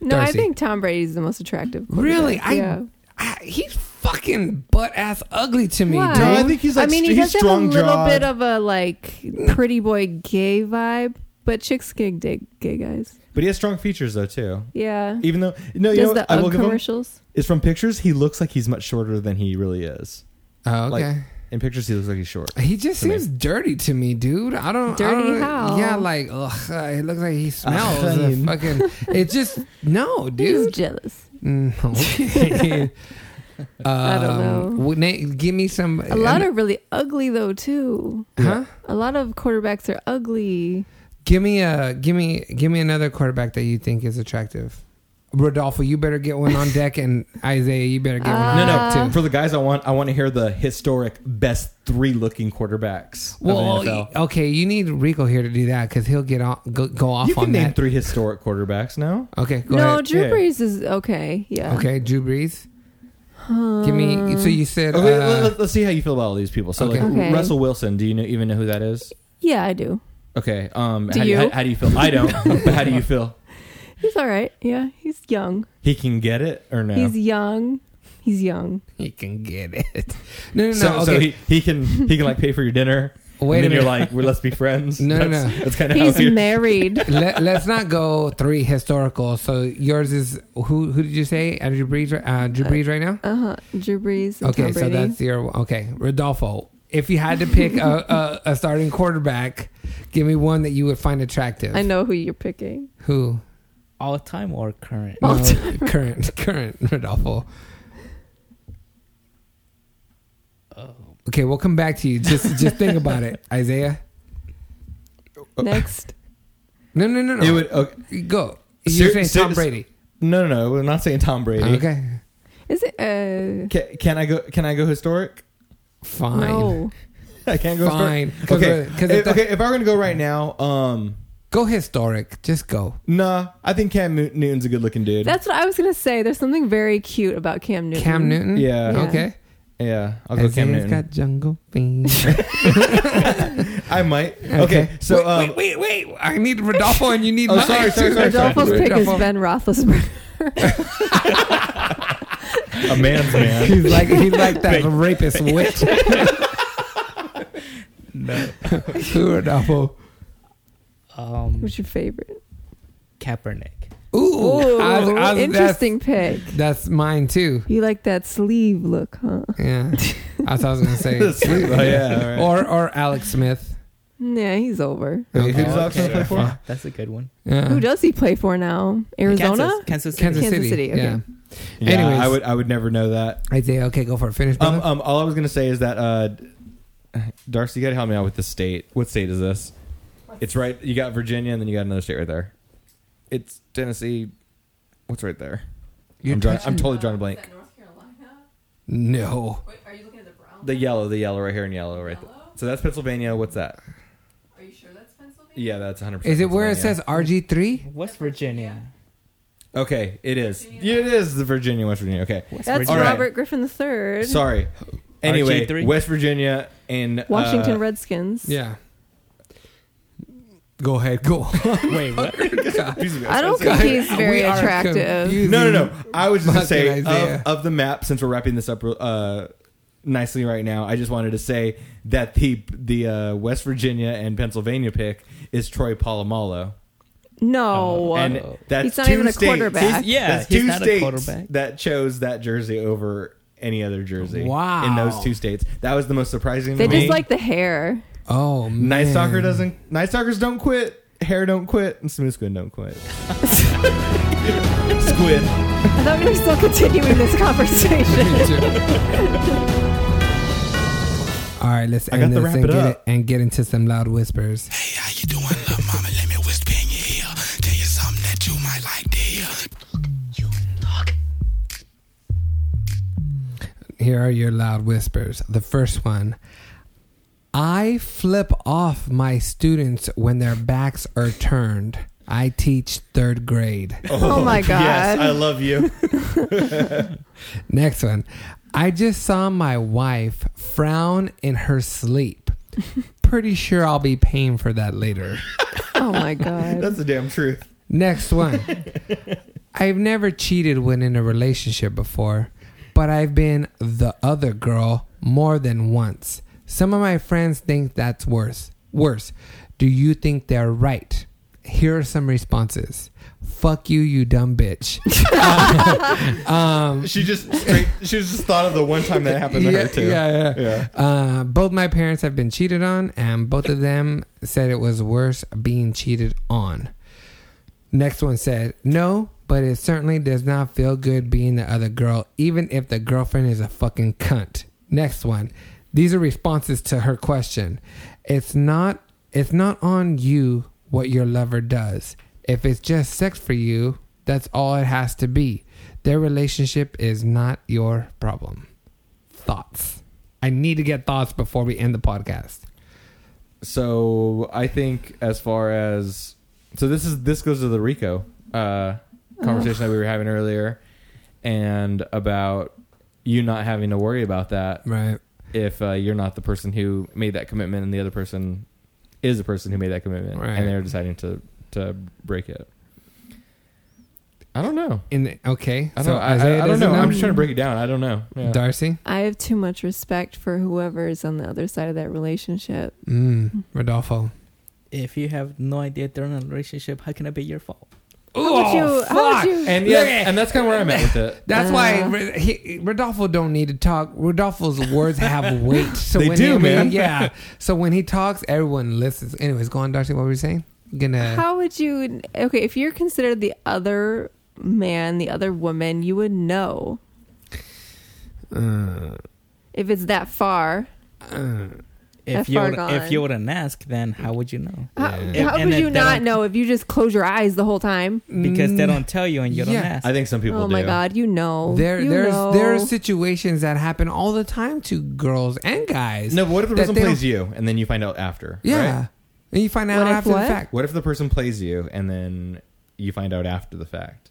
no, I Darcy. think Tom Brady's the most attractive. quarterback. Really? I- yeah. Ah, he's fucking butt ass ugly to me. Why? dude. I think he's, I like, mean, he does he's have a little strong-jawed. bit of a like pretty boy gay vibe, but chicks can dig gay guys. But he has strong features though too. Yeah. Even though no, you does know the what I will UGG give him commercials? is from pictures. He looks like he's much shorter than he really is. Oh, okay. Like in pictures, he looks like he's short. he just to me. seems dirty to me, dude. I don't. I Dirty don't- how? Yeah, like ugh, uh, it looks like he smells. I a mean- fucking. It's just no, He's dude. jealous. [laughs] [laughs] Mm, okay. I don't Um, know. would na- give me some. um, A lot are really ugly though too. Huh? A lot of quarterbacks are ugly. Give me a give me give me another quarterback that you think is attractive. Rodolfo, you better get one [laughs] on deck, and Isaiah, you better get one. No, on Uh, no. deck too. For the guys, I want I want to hear the historic best three looking quarterbacks Well, of the NFL. okay, you need Rico here to do that because he'll get on, go, go off you can on name that. three historic quarterbacks now. Okay, go no, ahead. Drew Yeah. Brees is okay. Yeah. Okay, Drew Brees. Give me. So you said. Okay, uh, let, us see how you feel about all these people. So, like Okay. Okay. Russell Wilson, do you know, even know who that is? Yeah, I do. Okay. Um, Do how, you? How, how do you feel? [laughs] I don't. but how do you feel? He's all right. Yeah, he's young. He can get it or no? He's young. He's young. he can get it. [laughs] No, no, no. so, okay. so he, he can he can like pay for your dinner. Wait and then a you're minute. like, well, let's be friends. No, no, that's, no. That's kind of He's how you're- married. Let, let's not go three historical. So yours is who? Who did you say? Uh, Drew Brees. Uh, Drew Brees right now. Uh huh. Drew Brees. And Okay, Tom so Brady. that's your okay, Rodolfo. If you had to pick a, a, a starting quarterback, give me one that you would find attractive. I know who you're picking. who. All time or current? No, [laughs] current, current Rodolfo. Oh. Okay, we'll come back to you. Just, just think about [laughs] it, Isaiah. Oh. Next. No, no, no, no. It would okay. Go. You're Ser- saying ser- Tom Brady. No, no, no. We're not saying Tom Brady. Okay, Is it? Uh, Can, can I go? Can I go historic? [laughs] fine. no. I can't go Fine. 'Cause historic. Okay. we're- 'cause if if, the- okay. If I were gonna go right now, um, Go historic. Just go. nah. I think Cam Newt- Newton's a good looking dude. That's what I was gonna say. There's something very cute about Cam Newton. Cam Newton. Yeah. Yeah. Okay. yeah. I'll go Cam Isaiah's Newton. got [laughs] jungle beans. [laughs] I might. Okay. So wait, um, wait, wait, wait. I need Rodolfo, and you need. Oh, mine, sorry, sorry, too. sorry, sorry. Adolfo's pick is Rodolfo. Ben Roethlisberger. [laughs] a man's man. [laughs] He's like he's like that rapist [laughs] witch. no. Rodolfo. Um, What's your favorite? Kaepernick. Ooh, Ooh, I was- I was- interesting pick. That's, that's mine too. You like that sleeve look, huh? Yeah, that's what I was gonna [laughs] say. oh yeah. all right. Or or Alex Smith. Yeah, he's over. Wait, who does Oh, Alex Smith play for? That's a good one. Yeah. Who does he play for now? Arizona. Kansas. Kansas City. Kansas, Kansas City. City, okay. Yeah. Yeah, Anyways. I would. I would never know that. Isaiah, okay, go for it. Finish. Um, brother. um, all I was gonna say is that uh, Darcy, you gotta help me out with the state. What state is this? It's right. You got Virginia, and then you got another state right there. it's Tennessee. What's right there? I'm, drawing, I'm totally drawing a blank. No. Wait, are you looking at the brown? The yellow, the yellow right here, and yellow right there. So that's Pennsylvania. What's that? Are you sure that's Pennsylvania? Yeah, that's 100. Is it where it says RG3? West Virginia. Okay, it is. Yeah, it is the Virginia, West Virginia. Okay, That's All right. Robert Griffin III. uh, Sorry. Anyway, RG3? West Virginia and uh, Washington Redskins. Yeah. Go ahead. [laughs] Go. Wait, what? I don't think he's [laughs] very We are attractive. confused. No, no, no. Mm. I was just gonna say Fucking Isaiah. of, of the map. Since we're wrapping this up uh, nicely right now, I just wanted to say that the the uh, West Virginia and Pennsylvania pick is Troy Polamalu. No. Um, and that's he's not two even a states- quarterback. He's- yeah, that's he's two not a states quarterback. that chose that jersey over any other jersey. Wow. In those two states, that was the most surprising. They to me. just like the hair. Oh, man. Night Stalker doesn't. Night Stalkers don't quit. Hair don't quit. And Smooth Squid [laughs] don't quit. Squid. I thought we were still continuing this [laughs] conversation. Me too. All right, let's I end got to this wrap and it get, up. and get into some loud whispers. Hey, how you doing, little mama? Let me whisper in your ear. Tell you something that you might like to hear. You look. Here are your loud whispers. The first one I flip off my students when their backs are turned. I teach third [laughs] grade. Oh, my God. Yes, I love you. Next one. I just saw my wife frown in her [laughs] sleep. Pretty sure I'll be paying for that later. oh my God. That's the damn truth. Next one. I've never cheated when in a relationship before, but I've been the other girl more than once. Some of my friends think that's worse. Worse. Do you think they're right? Here are some responses. Fuck you, you dumb bitch. She just straight, [laughs] she just thought of the one time that happened to yeah, her too. yeah, Um, Yeah. yeah. Uh, both my parents have been cheated on, and both of them said it was worse being cheated on. Next one said, No, but it certainly does not feel good being the other girl, even if the girlfriend is a fucking cunt. Next one. These are responses to her question. It's not it's not on you what your lover does. If it's just sex for you, that's all it has to be. Their relationship is not your problem. Thoughts. I need to get thoughts before we end the podcast. So I think as far as so this is this goes to the Rico uh, conversation that we were having earlier, and about you not having to worry about that Right. if uh, you're not the person who made that commitment and the other person is the person who made that commitment Right. and they're deciding to to break it. I don't know. In the, okay. I don't, I, I- Isaiah I don't doesn't know. I'm just trying to break it down. I don't know. Yeah. Darcy. I have too much respect for whoever is on the other side of that relationship. Mm, Rodolfo. If you have no idea they're in a relationship, how can it be your fault? How would you? How would you? And yeah, and that's kind of where I'm at with it. That's why Uh. Ro- he, Rodolfo don't need to talk. Rodolfo's words [laughs] have weight. So They when do, he, man. Yeah. So when he talks, everyone listens. Anyways, go on, Darcy. What were you saying? Gonna. How would you? Okay, if you're considered the other man, the other woman, you would know Uh, if it's that far. uh, If That's you far would, if gone. you wouldn't ask, then how would you know? How, Yeah. how And would if you they not don't- know if you just close your eyes the whole time? Because they don't tell you and you Yeah. don't ask. I think some people oh do. my God, you know. there, Oh, you there's know. there are situations that happen all the time to girls and guys. No, but what if the that person they don't- plays you and then you find out after? Yeah. right? And you find out What if after the what? fact. What if the person plays you and then you find out after the fact?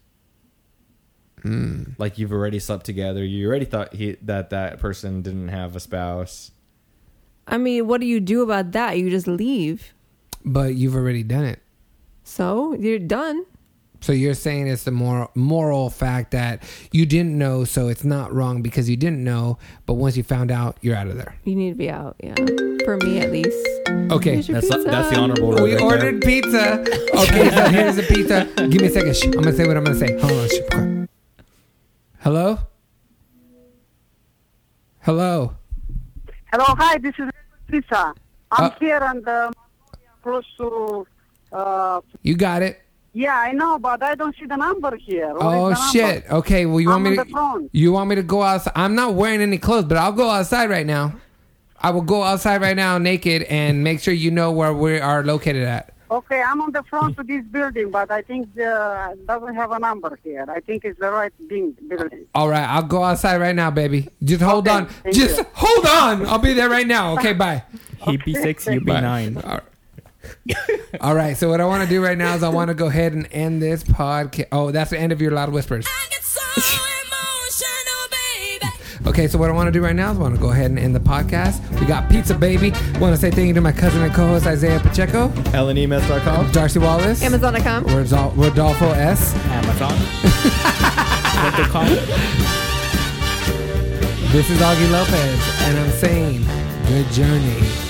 Hmm. Like you've already slept together. You already thought he, that that person didn't have a spouse. I mean, what do you do about that? You just leave. But you've already done it. So you're done. So you're saying it's the moral moral fact that you didn't know, so it's not wrong because you didn't know. But once you found out, you're out of there. You need to be out. Yeah, for me at least. Okay. Here's your That's pizza. that's the honorable. road We right there. ordered pizza. Okay, so here's the pizza. Give me a second. Shh, I'm gonna say what I'm gonna say. Hold on. Shh, quick. Hello. Hello. Hello, hi, this is Lisa. I'm Uh, here on the close to. Uh, You got it. yeah, I know, but I don't see the number here. What Oh is the shit. number? Okay. Well, you want I'm me on the to? phone. You want me to go outside? I'm not wearing any clothes, but I'll go outside right now. I will go outside right now naked and make sure you know where we are located at. Okay, I'm on the front of this building, but I think the doesn't have a number here. I think it's the right bing- building. All right, I'll go outside right now, baby. Just hold on. thank Just you. hold on. I'll be there right now. Okay, bye. He be six, you be Bye. nine. All right. All right, so what I want to do right now is I want to go ahead and end this podcast. Oh, that's the end of your loud whispers. Okay, so what I want to do right now is I want to go ahead and end the podcast. We got pizza, baby. want to say thank you to my cousin and co-host Isaiah Pacheco, E LNEMS.com, Darcy Wallace, Amazon.com. Rodol- Rodolfo S. [laughs] Amazon. what they call it? This is Augie Lopez, and I'm saying, good journey.